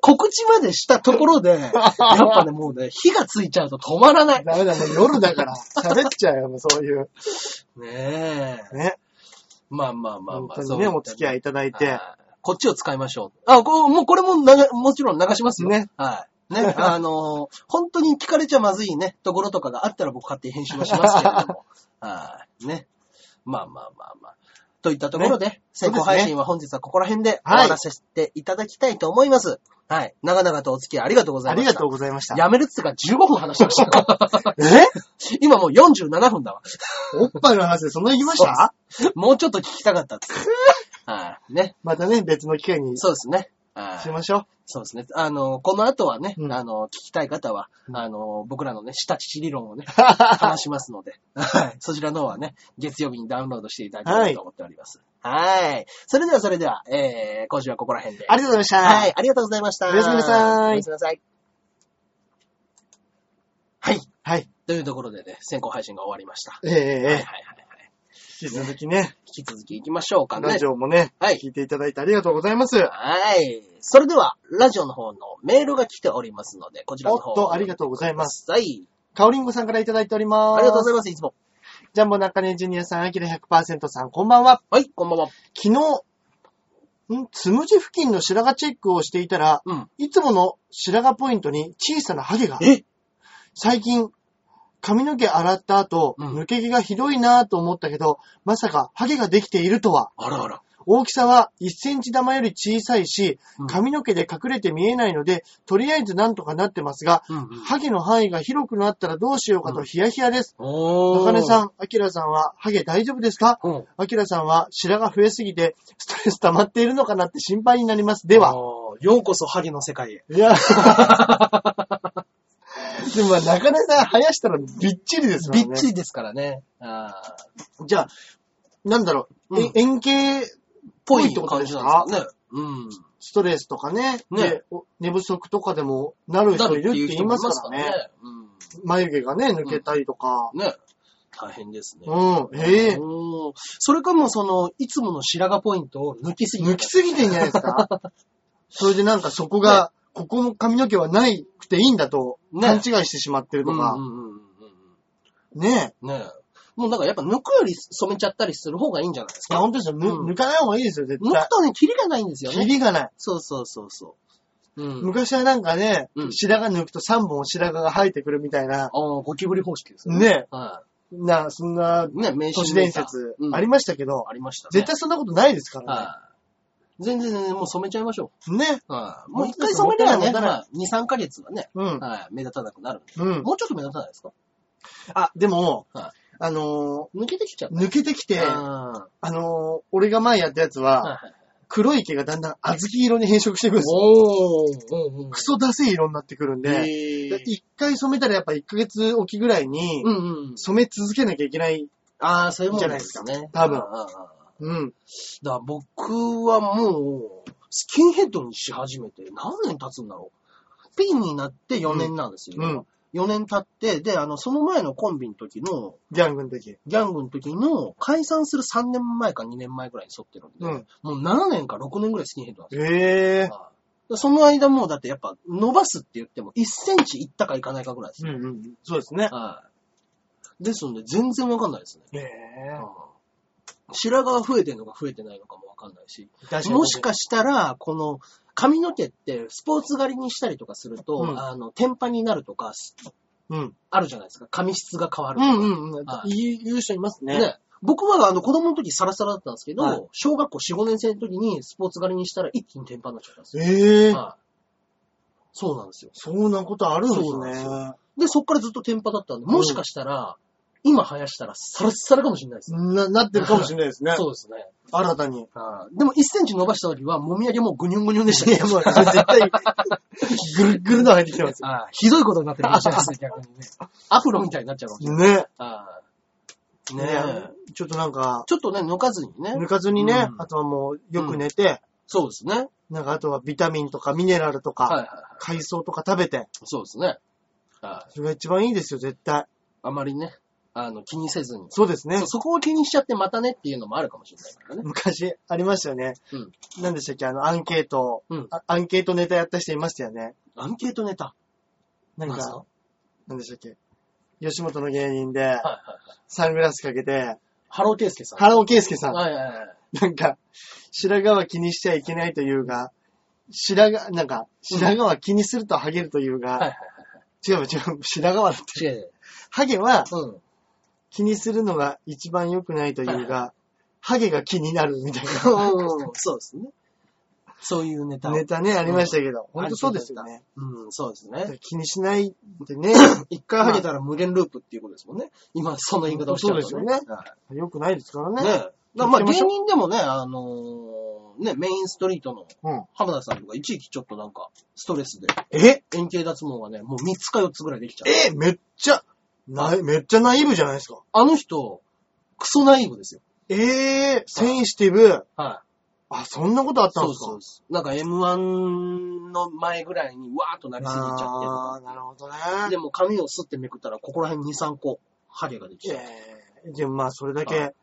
告知までしたところで、やっぱね、もうね、火がついちゃうと止まらない。ね
ダメだ、もう夜だから。 喋っちゃうよ、もうそういう。
え。
ね。
まあまあまあ
本
まあ、
当にね、お付き合いいただいて。
はいこっちを使いましょう。あ、こうもうこれも流、もちろん流しますよ。
ね。
はい。 ね、あのー本当に聞かれちゃまずいね、ところとかがあったら僕勝手に編集はしますけれ ども。はい。ね。まあまあまあまあ。といったところで、先行配信は本日はここら辺で終わらせていただきたいと思います。はい。長々とお付き合いありがとうござ
あ
いま
り
した。
がとうございました。
やめるっつうか15分話し ました。
え
今もう47分だわ。
おっぱいの話でそんな行きまし
そ
た
うもうちょっと聞きたかったっつ って。はい。ね。
またね、別の機会にし
そうですね。はい
ましょ
そうですね。あの、この後はね、
うん
あの、聞きたい方は、
うん
あの、僕らのね、下乳理 論をね、
う。は
話しますので、はい。そちらの方はね、月曜日にダウンロードしていただければと思っております。はい。それではそれでは、えー、今週はここら辺で。
ありがとうございました。
はい。ありがとうございました。
おやすみなさい
おやすみなさい。はい。
はい。
というところでね、先行配信が終わりました。
ええ
はい
え
はい
え
はいはい。
引き続きね、
引き続き行きましょうかね。
ラジオもね、
はい
聞いていただいてありがとうございます。
はい。それでは、ラジオの方のメールが来ておりますので、こちら
お
の
っ
方
と、ありがとうございます。
ください。
かおりんごさんからいただいております。
ありがとうございます、いつも。
ジャンボ中根ジュニアさん、アキラ100%さん、こんばんは。
はい、こんばんは。
昨日、んつむじ付近の白髪チェックをしていたら、
うん。
いつもの白髪ポイントに小さなハゲが。
え
最近、髪の毛洗った後、
うん
抜け毛がひどいなぁと思ったけど、まさかハゲができているとは。
あらあら。
大きさは1センチ玉より小さいし
うん、
髪の毛で隠れて見えないので、とりあえずなんとかなってますが、
うん、うん。
ハゲの範囲が広くなったらどうしようかとヒヤヒヤです。
お
中根さ
ん。
ん、アキラさんはハゲ大丈夫ですか
うん。
アキラさんは白が増えすぎてストレス溜まっているのかなって心配になります。では。
あー。ようこそ、ハゲの世界へ。
いや。 でもまあ中根さん生やしたらびっちりですもん
び
ね。
っちりですからね。あー
じゃあ、なんだろう、
うん
え円形
ぽ
い
い
ってこと
感
です
じ
か
なんですかね。うん。
ストレスとかね、
ね
でお寝不足とかでもなる
だ
人いるって言います
ってう人
か
も
らね。
い
眉毛がね、抜けたりとか。
ますからね。うん。ね。大変ですね。
うん、ええ
おーそれかも、その、いつもの白髪ポイントを抜きすぎ
抜きすぎてんじゃないです かそれでなんかそこが、ここの髪の毛はないくていいんだと
ね
勘違いしてしまってるとか
う、んうんうんうんうん
ねえ。
うん。ねもうだからやっぱ抜くより染めちゃったりする方がいいんじゃないです
いや、
か。
本当ですよ。ぬ
うん
抜かない方がいいですよ、絶
抜
対
く。とね、キリがないんですよ
キ
ね。
リがない。
そうそうそうそう。うん。
昔はなんかね
う、ん
白髪抜くと3本白髪が生えてくるみたいな、
ああ、ゴキブリ方式ですよね。
ねえ、
は
な、そんな、
ね、名刺
都市伝説
う、ん
ありましたけど、
ありましたね。
絶対そんなことないですから
はい。全然全然もう染めちゃいましょ
ね。ね。
う。はい。もう
本当で
一回
す
染めれば
もっ
ね、
たいない
まあ、2、3ヶ月はね、
うん。
はい、目立たなくなるんで。
うん。
もうちょっと目立たないですか
あ、でも、
は
あの
抜けてきちゃう。
ー抜けてきて、あ
あ
のー俺が前やったやつ
ーはい
は、
はい
黒い毛がだんだん小豆色に変色していくんですよ。
おーおーお
クソダセい色になってくるん
ー
で、
へー
一回染めたらやっぱ一ヶ月おきぐらいに
う、んうん。
染め続けなきゃいけない。
ああ、そういうもんなんですね。
じゃないですか多分
あーあーあー
うん。
だから僕はもう、スキンヘッドにし始めて何年経つんだろう。ピンになって4年なんですよ。
うんうん
4年経って、で、あの、その前のコンビの時の、
ギャングの時。
ギャングの時の、解散する3年前か2年前ぐらいに剃ってるんで、
うん
もう7年か6年ぐらいスキンヘッドなんですよ。
ええ
はいでその間もうだってやっぱ伸ばすって言っても1センチいったかいかないかぐらいです
う
ね。
んうん。そうですね。
はい。ですので全然わかんないですね。
ええ
うん白髪が増えてるのか増えてないのかもわかんないし、
確
もしかしたら、この髪の毛ってスポーツ狩りにしたりとかすると、
うん
あの、天パになるとか、す
うん。
あるじゃないですか。髪質が変わる
う
とか。
んうんうん。
はい
い、言う人いますね。
ね僕はあの子供の時サラサラだったんですけど、
はい
小学校4、5年生の時にスポーツ狩りにしたら一気に天パになっちゃったんですよ。
ええ
はいそうなんですよ。
そんなことあるんです
そうなんです
ね。
で、そっからずっと天パだったんで、もしかしたら、今生やしたらサラッサラかもしれないですね。
な、なってるかもしれないですね。
そうですね。
新たに。
はいでも1センチ伸ばした時は、もみあげもうぐにゅんぐにゅんでした
い
ね
や、もう、絶対、ぐるっぐるの入ってきてますよ。
ああひどいことに なってるかもしれないですね、逆にね。アフロみたいになっちゃうかもしれな い。
ね。
ああね
ね
え。
ちょっとなんか、
ちょっとね、抜かずにね。
抜かずにね、
うん
あとはもう、よく寝て、
そうですね。
なんかあとはビタミンとかミネラルとか、
はいはいはい。
海藻とか食べて、
そうですね。はい
それが一番いいですよ、絶対。
あまりね、あの、気にせずに。
そうですね
そ。そこを気にしちゃってまたねっていうのもあるかもしれないからね。
昔、ありましたよね。
うん
何でしたっけあの、アンケート、
うん
あアンケートネタやった人いましたよね。
アンケートネタ。
なん
なんす
か
か、
何でしたっけ吉本の芸人で、
はいはいはい。
サングラスかけて、
ハローケースケさん。
原尾圭介さん。
はいはいはい。
なんか、白髪は気にしちゃいけないというが、白髪、なんか、白髪は気にするとハゲるというが、
はいはいは
違う違う、白髪はだって、
い。違う。
ハゲは
うん。
気にするのが一番良くないというが、ハゲが気になるみたい
そうですね。そういうネタ
な
を。
ネタね、ありましたけど、
うん
本当そうですよね。
うん、そうですね。
気にしないって ね、
一回ハゲたら無限ループっていうことですもんね。今、その言い方をしちゃうと
そうですよね
はい
良くないですから
ね。
ね。
だからまあ
気を
芸
つけましょう
人でもね、あのーね、メインストリートの
うん。
浜田さんとか一時期ちょっとなんか、ストレスで、
え
円形脱毛がね、もう3つか4つぐらいできちゃう。
えめっちゃ、な、めっちゃナイーブじゃないですか。
あの人、クソナイーブですよ。
ええセンシティブ。
はい。
あ、そんなことあったん
そ
で
う
すか
そうです。なんか M1 の前ぐらいにわーっとなりすぎちゃって
ああ、なるほどね。
でも髪をすってめくったら、ここら辺2、3個、ハゲができちゃう。
えーでもまあ、それだ
は
け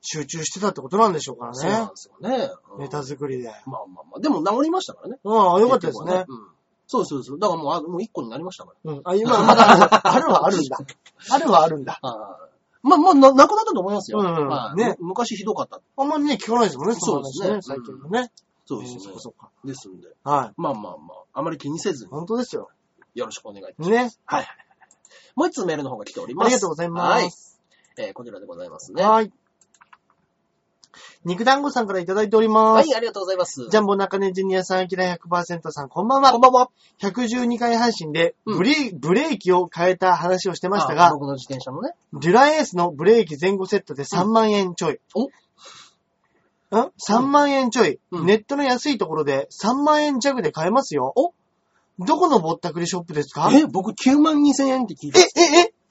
集中してたってことなんでしょうか
そうな
ら
ん
ね
で。すよね。うん
ネタ作りで。
まあまあまあ。でも治りましたからね。
うん、あよかったですね
結。局はうんそうそうそう。だからもう、あもう1個になりましたから。
うん。あ、今、まだ、あるはあるんだ。あるはあるんだ。
はいまあ、まあ、な、なくなったと思いますよ。
うんうん
はい
ね
む昔ひどかった。
あんまりね、聞かないですもんね、
そ
そうう
で
ですす
ね
ね。最近もね。
そうです
えーそ
ね
っか。そっか。
ですんで。
はい。
まあまあまあ、あまり気にせずに、
本当ですよ。
よろしくお願いいたします。
ね。
はいはいはい。もう一つメールの方が来ており
あ
ます。
りがとうございます。
はい。えーこちらでございますね。は
はい。肉団子さんからいただいておりま
い
す。、
ありがとうございます。
ジ
ゃ
ャンボ中根ジュニアさん、アキラ100%さん、こんばん
あ
は
こん。ばんは。
112回配信で
うん
ブレー、ブレーキを変えた話をしてましたが
あ、僕の自転車のね。
デュラエースのブレーキ前後セットで3万円ちょい。
お
ん ?3 万円ちょい、
うん
ネットの安いところで3万円弱で買えますよ。
お
どこのぼったくりショップですか
え、僕9万2千円って聞い
え
て。、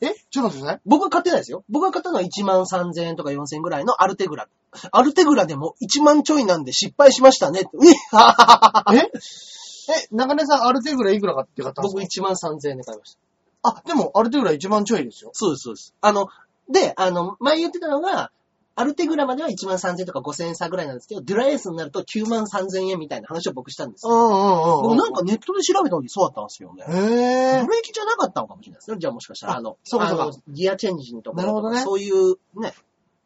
え、え、え、ちょっと待ってください。
僕は買ってないですよ。僕が買ったのは1万3千円とか4千円ぐらいのアルテグラ。アルテグラでも1万ちょいなんで失敗しましたね。ういはははは
ええ、中根さん、アルテグラいくらかって買ったんです
僕
か
1万3千円で買いました。
あ、でも、アルテグラ1万ちょいですよ。
そうです、そうです。あの、で、あの、前言ってたのが、アルテグラまでは1万3000円とか5000円差ぐらいなんですけど、デュラエースになると9万3000円みたいな話を僕したんです
うん
よ。
うんうんう
僕
ん。
なんかネットで調べた時そうだったんですよね。
へ
ブ
え。
レーキじゃなかったのかもしれないですね。じゃあもしかしたら、
あ
あの、
そうかそうか
あのギアチェンジのところ
なる
と
ほ
か、
どね
そういうね、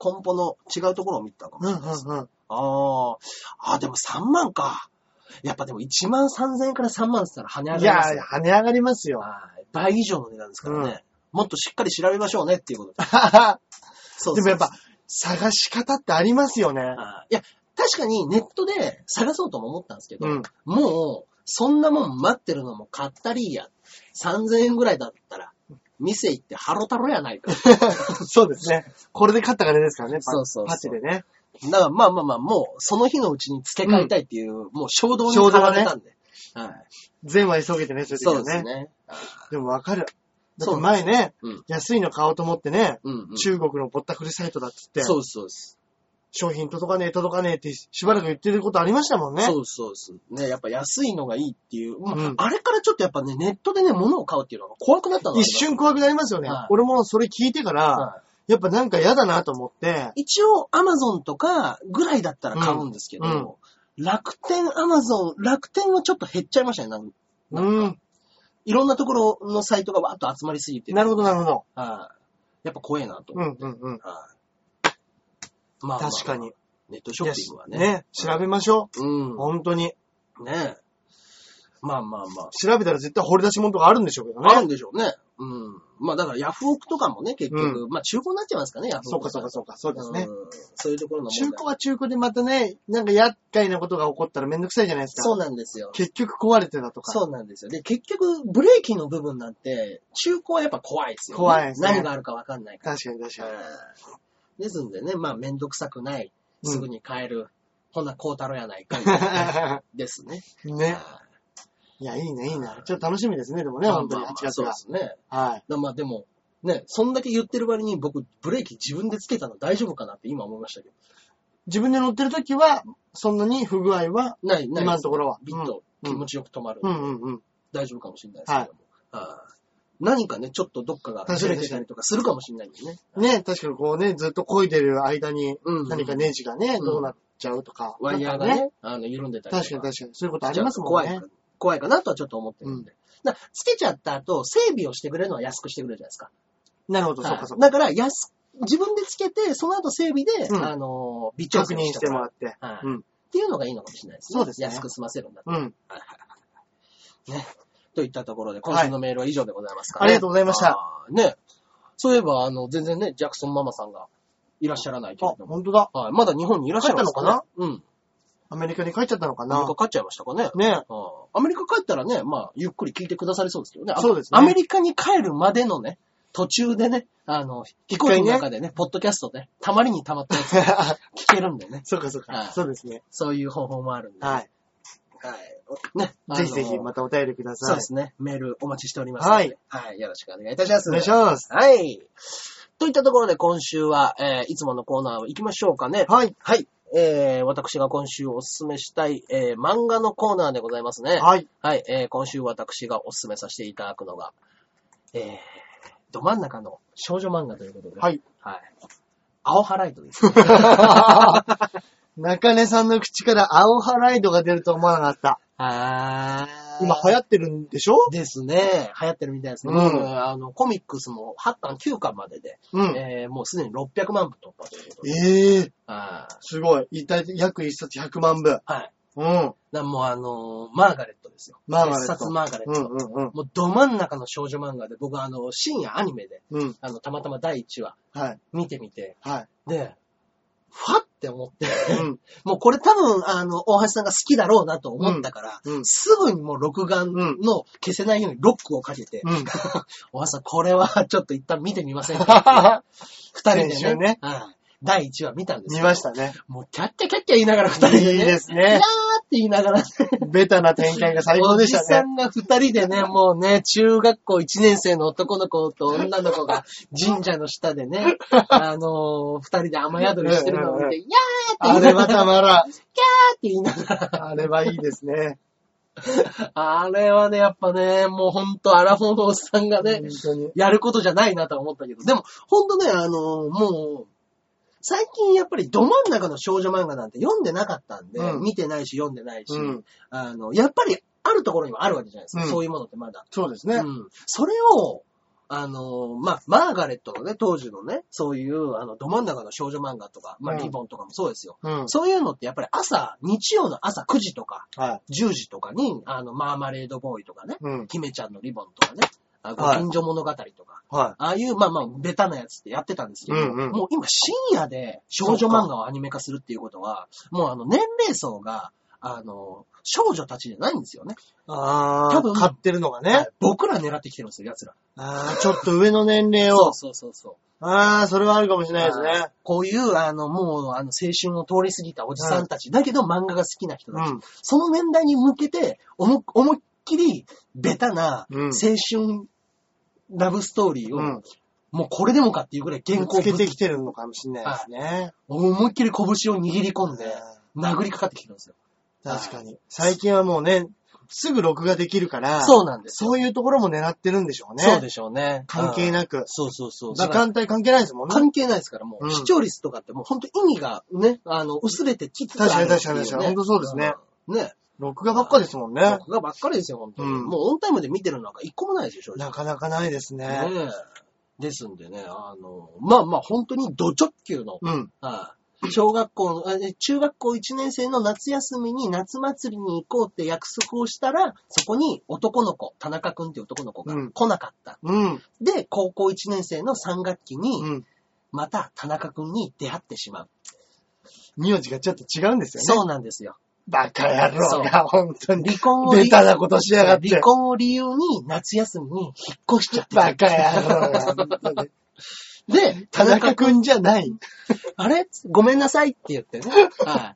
根本の違うところを見てたのかも
う
し
んう
れ
ん
ないです。
うん。
ああ、あーでも3万か。やっぱでも1万3000円から3万って言ったら跳ね上が
いや
ります よ
ー、跳ね上がりますよ。
はい倍以上の値段ですからね。もっとしっかり調べましょうねってい うことで。そう
で
そう
もやっぱ、探し方ってありますよね。
あいや、確かにネットで探そうとも思ったんですけど、
うん
もう、そんなもん待ってるのも買ったりや。3000円ぐらいだったら、店行ってハロタロ やないか。
そうですね。これで勝った金ですからね。パ
そうそうそう
パチでね。
だからまあまあまあ、もう、その日のうちに付け替えたいっていう、もう衝動に
衝動
駆
は
ら
ね
れたんで。はい。
善は急げてね、そういう時
そう
は
で
ね。
すね。
でもわかる。だっ
そ
て
うなん
前ね、
うん
安いの買おうと思ってね、
うん、うん。
中国のぼったくりサイトだっつって、
そうですそうです。
商品届かねえ、届かねえってしばらく言ってることありましたもんね。
そうですそうです。ね、やっぱ安いのがいいっていう、まあ
うん
あれからちょっとやっぱね、ネットでね、物を買うっていうのが怖くなったのがありま
一
す
瞬怖くなりますよね。
はい
俺もそれ聞いてから、
はい
やっぱなんか嫌だなと思って、
一応、アマゾンとかぐらいだったら買うんですけど、楽天、アマゾン、楽天はちょっと減っちゃいましたね。なん
う。
なんいろんなところのサイトがわーっと集まりすぎて。
なるほど、なるほど。
はいやっぱ怖えなと。
うん、うん、うん。
はいまあまあ
確かに。
ネットショッピングはね。
いやね、調べましょう。
う
本当に。
ん。ねまあまあまあ。
調べたら絶対掘り出し物とかあるんでしょうけどね。
あるんでしょうね。うん。まあだからヤフオクとかもね、結局、まあ中古になっちゃいますからね、ヤフ
そ
オ
うか
ク
そう
と
かそうか、そうですね。
うんそういうところの
中
問題
古は中古でまたね、なんか厄介なことが起こったらめんどくさいじゃないですか。
そうなんですよ。
結局壊れてたとか。
そうなんですよ。で、結局、ブレーキの部分なんて、中古はやっぱ怖いですよ、ね。
怖いですね
何があるかわかんないか
確かに確
ら。
かに。
うんですんでね、まあ、めんどくさくない、
うん
すぐに買える、ほな、こうたろやないか、み たいなねですね。
ね。
はい
や、いいね、いいね。ちょっと楽しみですね、でもね、
まあ
本当に
まあ
8
ま
月
あそうで
が。
すね。
はい。
だまあ、でも、ね、そんだけ言ってる割に僕、ブレーキ自分でつけたの大丈夫かなって今思いましたけど。
自分で乗ってる時は、そんなに不具合は、
ない、ない。
今のところは。
ビッと気持ちよく止まる。
うんうんうん。
大丈夫かもしれないですけども。はい何かね、ちょっとどっかがずれてたりとかするかもしれないんでね。
ね、確かにこうね、ずっと漕いでる間に、
うん
何かネジがね、
うん
どうなっちゃうとか。
ワイヤーが
なんか。
ね、あの、緩んでたりとか。
確かに確かに。そういうことありますもん
ちょ
ね
っと。怖い。怖いかなとはちょっと思ってるんで。だからつけちゃった後、整備をしてくれるのは安くしてくれるじゃないですか。
なるほど、そ
は
う
い
かそうか。
だから、安、自分でつけて、その後整備で、
うん
あの、微調
確
整
認しても
う。
らって。
はい
うん。
っていうのがいいのかもしれないですね。
そうですね
安く済ませるんだった
うん。
ら。はいはいはいね。といったところで、今週のメールは以上でございますかね。
はいありがとうございました
あー。ね。そういえば、あの、全然ね、ジャクソンママさんがいらっしゃらないけ
あ
れ、ども。
本当だ。
はい。まだ日本にいらっしゃるんです
帰ったの
うん。
アメリカに帰っちゃったのか
なん
な
か帰っちゃいましたかね。
ね。
うんアメリカ帰ったらね、まあ、ゆっくり聞いてくださりそうですけどね。あ
そうですね
アメリカに帰るまでのね、途中でね、あの、飛行機
一回ね
の中でね、ポッドキャストね、たまりにたまったやつ 聞けるんでね、
そうかそう
は
か。
い
そうですね。
そういう方法もあるんで。
はい。
はい。ね。
ぜひぜ
あ
ひ
の
またお便りくだ
そう
さい
で。すね。メールお待ちしておりますので。
はい。
はい。よろしくお願いいたします。
お願いします。
はい。といったところで今週は、えーいつものコーナーを行きましょうかね。
はい。
はい。えー、私が今週おすすめしたい、えー漫画のコーナーでございますね。
はい。
はい、えー今週私がお勧めさせていただくのが、えー、ど真ん中の少女漫画ということで、
はい。
はい。青ハライトで す、ね。
中根さんの口から青ハライドが出ると思わなかった。
あ
今流行ってるんでしょ
ですね。流行ってるみたいですね。
うん
もうあの、コミックスも8巻、9巻までで、
うん。え
えーもうすでに600万部突破ということで。
え
あー
すごい。一体約一冊100万部。
はい。
うん。
だもうあのーマーガレットですよ。
マーガレット
一冊マーガレッ
う
ト。
んうんうん。
もうど真ん中の少女漫画で、僕はあの、深夜アニメで、
うん。
あの、たまたま第1話
はい。
見てみて、
はい。
で、ふわって思って、
うん。
もうこれ多分、あの、大橋さんが好きだろうなと思ったから、
うんうん
すぐにもう録画の消せないようにロックをかけて、
うん。
大橋さん、これはちょっと一旦見てみませんかって 二
先
人
週
でね
ね
はい第1話見たんです
見
けど
ましたね。
もうキャッキャキャッキャ言いながら二人でね。
いいですね
キャーって言いながら、ね、
ベタな展開が最高
お
で
じ
し
さ
たね。
んが二人でね、もうね、中学校一年生の男の子と女の子が神社の下 でね、あのー二人で雨宿りしてるのを見て、いやーって
あ
言いな
れ
が
は
ら、
たまらん。
って言いながら、
あれはいいですね。
あれはね、やっぱね、もうほんとアラフォーのおっさんが
本
ね、
当に。
やることじゃないなとは思ったけど、でもほんとね、あの、もう、最近やっぱりど真ん中の少女漫画なんて読んでなかったんで、
うん
見てないし読んでないし、
うん。
あの、やっぱりあるところにもあるわけじゃないですか、
うん
そういうものってまだ。
そうですね。
うん。それを、あの、まあ、マーガレットのね、当時のね、そういう、あの、ど真ん中の少女漫画とか、まあ、
うん
リボンとかもそうですよ。
うん。
そういうのってやっぱり朝、日曜の朝9時とか、
はい。
10時とかに、あの、マーマレードボーイとかね、
うん。
姫ちゃんのリボンとかね、あご近所物語とか、
は
ああいう、まあまあ、ベタなやつってやってたんですけど、
うんうん
もう今深夜で少女漫画をアニメ化するっていうことは、もうあの、年齢層が、あの、少女たちじゃないんですよね。
い。あ
多
多
分
分買ってるのがね。
はい僕ら狙ってきてるんですよ、奴ら。
ああ、ちょっと上の年齢
そう
を。
そうそうそう。
ああ、それはあるかもしれないですね。
こういう、あの、もう、あの、青春を通り過ぎたおじさんたち、だけど漫画が好きな人たち、
うん
その年代に向けて、おも思いっきり、ベタな、
うん
青春、ラブストーリーを、
うん
もうこれでもかっていうぐらい原
ぶ
稿
つ
をぶ
け
って
きてるのかもしれないですね。
思いっきり拳を握り込んで、
う
殴りかかってきてるんですよ。
ん確かに。最近はもうね、すぐ録画できるから、
そうなんですよ。
そういうところも狙ってるんでしょうね。
そうでしょうね。
関係
く。
なく。
そうそうそう。
時
だから
間帯関係ないですもんね。
関係ないですから、もう、
うん
視聴率とかってもう本当意味がね、あの、薄れてきつつあるっていう、ね。
確かに確かに確かに本当そうですね
うん。ね。
録画ばっかですもんね。
僕がばっかりですよ、本当に。
うん
もうオンタイムで見てるのなんか一個もないですよ、正直。
なかなかないですね。
ねえですんでね、あの、まあまあ本当にド直球の、
うん。
はい小学校の、あえ中学校1年生の夏休みに夏祭りに行こうって約束をしたら、そこに男の子、田中くんっていう男の子が
うん
来なかった。
うん。
で、高校1年生の3学期に、
うん。
また田中くんに出会ってしまう。
名字がちょっと違うんですよね。
そうなんですよ。
バカ野郎が、本当に。
離婚を理
ベタなことしやがって
離。婚を理由に夏休みに引っ越しちゃってた
バカ野郎が、本当に。
で、
田
田
中
中くん、
くんじゃない。
あれごめんなさいって言ってね。 はい。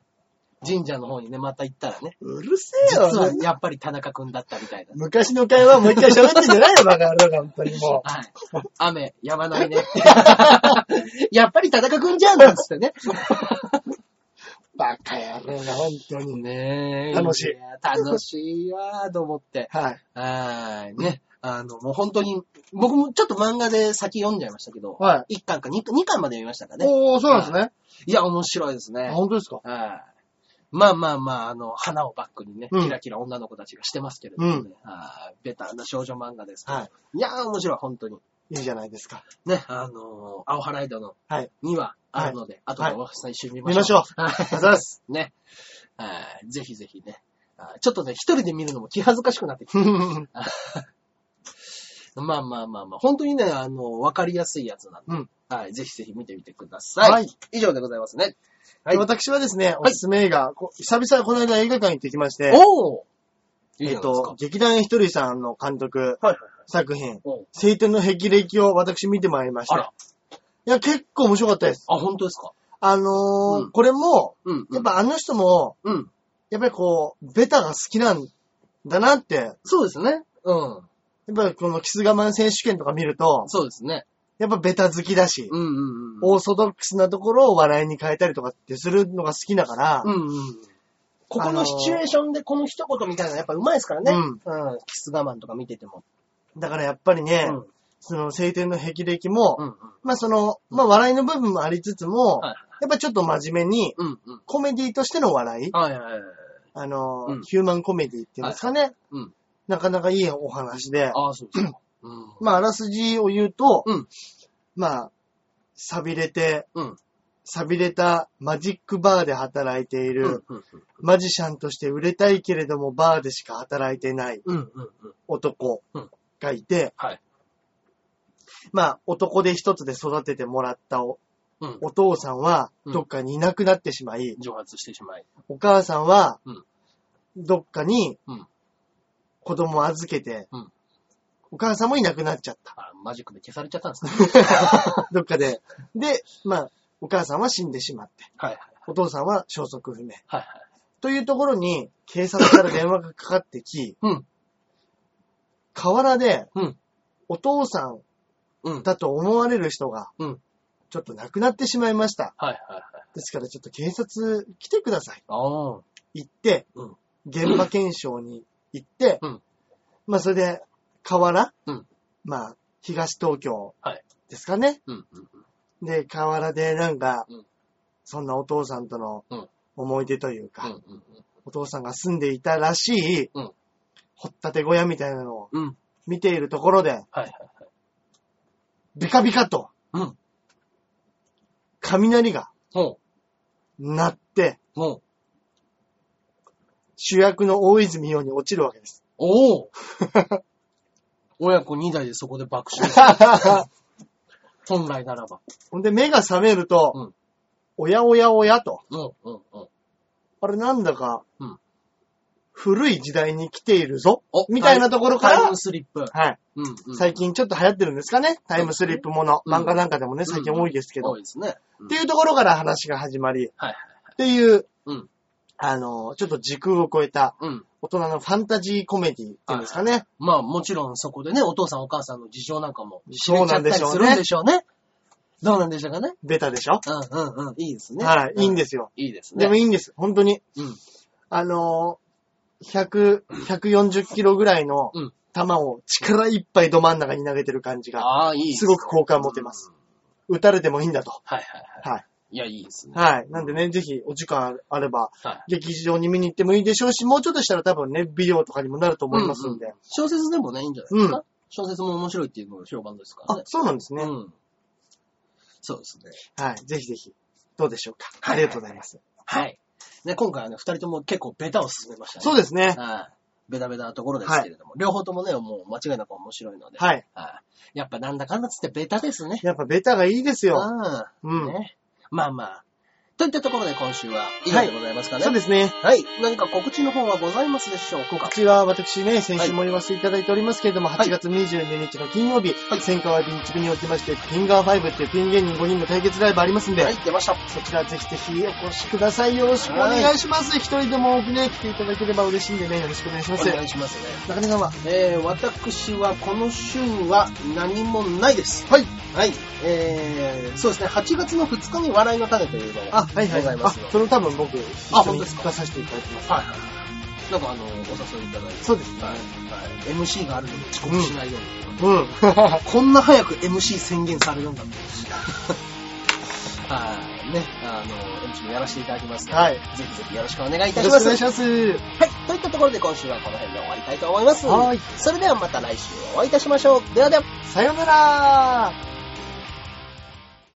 神社の方にね、また行ったらね。
うるせえ
実
よ。
はやっぱり田中くんだったみたい な。
昔の会話もう一回喋ってんじゃないよ、バカ野郎が、本当にも
はい。雨、やまないねって。 やっぱり田中くんじゃんなんつってね。
う。 バカ野郎が、本当に。
ね
楽しい
や楽しいわーと思って。
はい。
はーい。ね。あの、もう本当に、僕もちょっと漫画で先読んじゃいましたけど、
は
1巻か 2, 2巻まで読みましたかね。
おー、そうなんですね。
いや、面白いですね。
あ本当ですか
はい。まあまあまあ、あの、花をバックにね、
うん
キラキラ女の子たちがしてますけれどもね、あーベタな少女漫画です。。
はい
いやー、面白い、本当に。
い。いいじゃないですか。
ね、あのー、青原ライドの
はい。
2話あるので、後で大橋さん一緒に見ま しょう。見ましょう。ありがとうございます。ね。はい。ぜひぜひね。あーちょっとね、一人で見るのも気恥ずかしくなってきて。まあまあまあまあ、本当にね、あの、わかりやすいやつなんで、
うん
はい。ぜひぜひ見てみてください。
はい
以上でございますね。
はい私はですね、おすすめ映画、こ久々この間映画館行ってきまして、
おーいい
え
じ
っ
ゃないですか。
と、劇団ひとりさんの監督
はいはいはい。
作品、
おう
晴天の霹靂を私見てまいりまし
あ
た
ら。。
いや、結構面白かったです。
あ、本当ですか
あのー
うん
これも、
うん。
やっ、ぱあの人も、
うん。
やっぱりこう、ベタが好きなんだなって、や
そうですね。うん。
っぱりこのキス我慢選手権とか見ると、
そうですね。
やっぱベタ好きだし、
うんうんうん。
オーソドックスなところを笑いに変えたりとかってするのが好きだから、
うんうん。ここのシチュエーションでこの一言みたいなのやっぱうまいですからね。うん。キス我慢とか見てても。
だからやっぱりね、
うん。
その晴天の霹靂も、
うんうん。
まあその、まあ笑いの部分もありつつも、
はい
やっぱちょっと真面目に、
うんうん。
コメディとしての笑い、
はいはいはい。
あのー、
うん
ヒューマンコメディっていうんですかね、
うん。
なかなかいいお話で、
ああ、そうですか。うん。
まああらすじを言うと、
うん
まあ、錆びれて、
うん。
錆びれたマジックバーで働いている、
うんうん
マジシャンとして売れたいけれどもバーでしか働いてない
うん。うんうんうん。
男
うん
がいて、
はい。
まあ男で一つで育ててもらったお
うん。
お父さんは
うん
どっかにいなくなってしまい、
蒸発してしまい。
お母さんは
うん
どっかに
うん
子供を預けて、
うん
お母さんもいなくなっちゃ った。
あマジックで消されちゃったん ですね。
どっかで。で、まあお母さんは死んでしまって、
はいはい。
お父さんは消息不明。
はいはい。
というところに警察から電話がかかってき、
うん。
河原で
うん。
お父さん
うん。
だと思われる人が、
うん。
ちょっと亡くなってしまいました。
はいはいはい。
ですからちょっと警察来てください。
ああ。
行って、
うん
現場検証に行って、
うん
まあそれで、河原、
うん
まあ東東京
はい
ですかね。
うんうんうん。
で、河原でなんか、
うん
そんなお父さんとの
うん
思い出という
う
か、
んうん
お父さんが住んでいたらしい、
うん
掘ったて小屋みたいなのを
うん。うん。
見ているところで、
はいはい
ビカビカと
はい。うん。
雷が
ほ
鳴って、
う。ほう。
主役の大泉洋に落ちるわけです。
おお親子2代でそこで爆笑。本来ならば。
ほんで、目が覚めると、
うん
おやおやおやと。
うん、うん、うん。
あれなんだか、
うん
古い時代に来ているぞ。みたいなところか
タイ
ら
ム、スリップ。
はい。
うん、うん。
最近ちょっと流行ってるんですかね。タイムスリップもの。
うん
漫画なんかでもね、最近多いですけど。
多いですね。うん
っていうところから話が始まり、っ
はいはい。
ていう、
うん
あの、ちょっと時空を超えた
うん。
大人のファンタジーコメディっていうんですかね。
まあもちろんそこでね、お父さんお母さんの事情なんかも知
そ
れ
う
ち
な
ゃっ
んで
たり
しょうね
するんでしょうね。どうなんでしょうかね。
ベタでしょ、
うんうんうん。いいですね。。
はい。いいんですすよ。
いいですね。
でもいいんです。本当に。
うん
あのー、100、140キロぐらいの
うん
球を力いっぱいど真ん中に投げてる感じが、
ああ、いいです
ごく好感持てます。。打たれてもいいんだと。
はいはいは。
はい
いや、いいですね。
はい。なんでね、ぜひお時間あれば、
はい
劇場に見に行ってもいいでしょうし、もうちょっとしたら多分ね、ビデオとかにもなると思いますんで。
小説でもね、いいんじゃないです
う
か。小説も面白いっていうのが評判ですから
あ
ね、。
そうなんですね。
うん。そうですね。
はい。ぜひぜひ。どうでしょうか。
はい
ありがとうございます。
はい。ね、今回はね、二人とも結構ベタを進めましたね。
そう
で
ですね。
はい。ベタベタなところですけれども、両方ともね、もう間違いなく面白いので。
はい。
はい。やっぱなんだかんだつってベタですね。
やっぱベタがいいですよ。
う。
うんん。
ね。まあまあ。といったところで今週は以上でございますかね。
そうですね。
はい。何か告知の方はございますでしょうか
告知は私ね、先週も言わせていただいておりますけれども、8月22日の金曜日、
い
千川ビーチ部におきまして、フィンガー5っていうピン芸人5人の対決ライブありますんで、
はい、出ました。
そちらぜひぜひお越しください。よろしくお願いします。一人でも多くね、来ていただければ嬉しいんでね、よろしくお願いしま
お
す。
願いしますね。
中根さんは
えー、私はこの週は何もないです。
はい。
はい。えー、そうですね、8月の2日に笑いの種というのが
あ、はいはい。
ございますの
あ、
で
それ多分僕、
あ
一緒
本
に
当
出
ですか
させていただきます。
はいはいはい。なんかあの、お誘いいただいて。
そうですね。
はい。はい、MC があるので遅刻しないように。
うん。
こんな早く MC 宣言されるんだって。はい。ね、あの、MC もやらせていただき ますので、
はい。
ぜひぜひよろしくお願いい
よ
た
ろ
し
しく
ま
お
す。
願いします。
はい。といったところで今週はこの辺で終わりたいと思います。
はい。
それではまた来週お会いいたしましょう。ではでは。
さようなら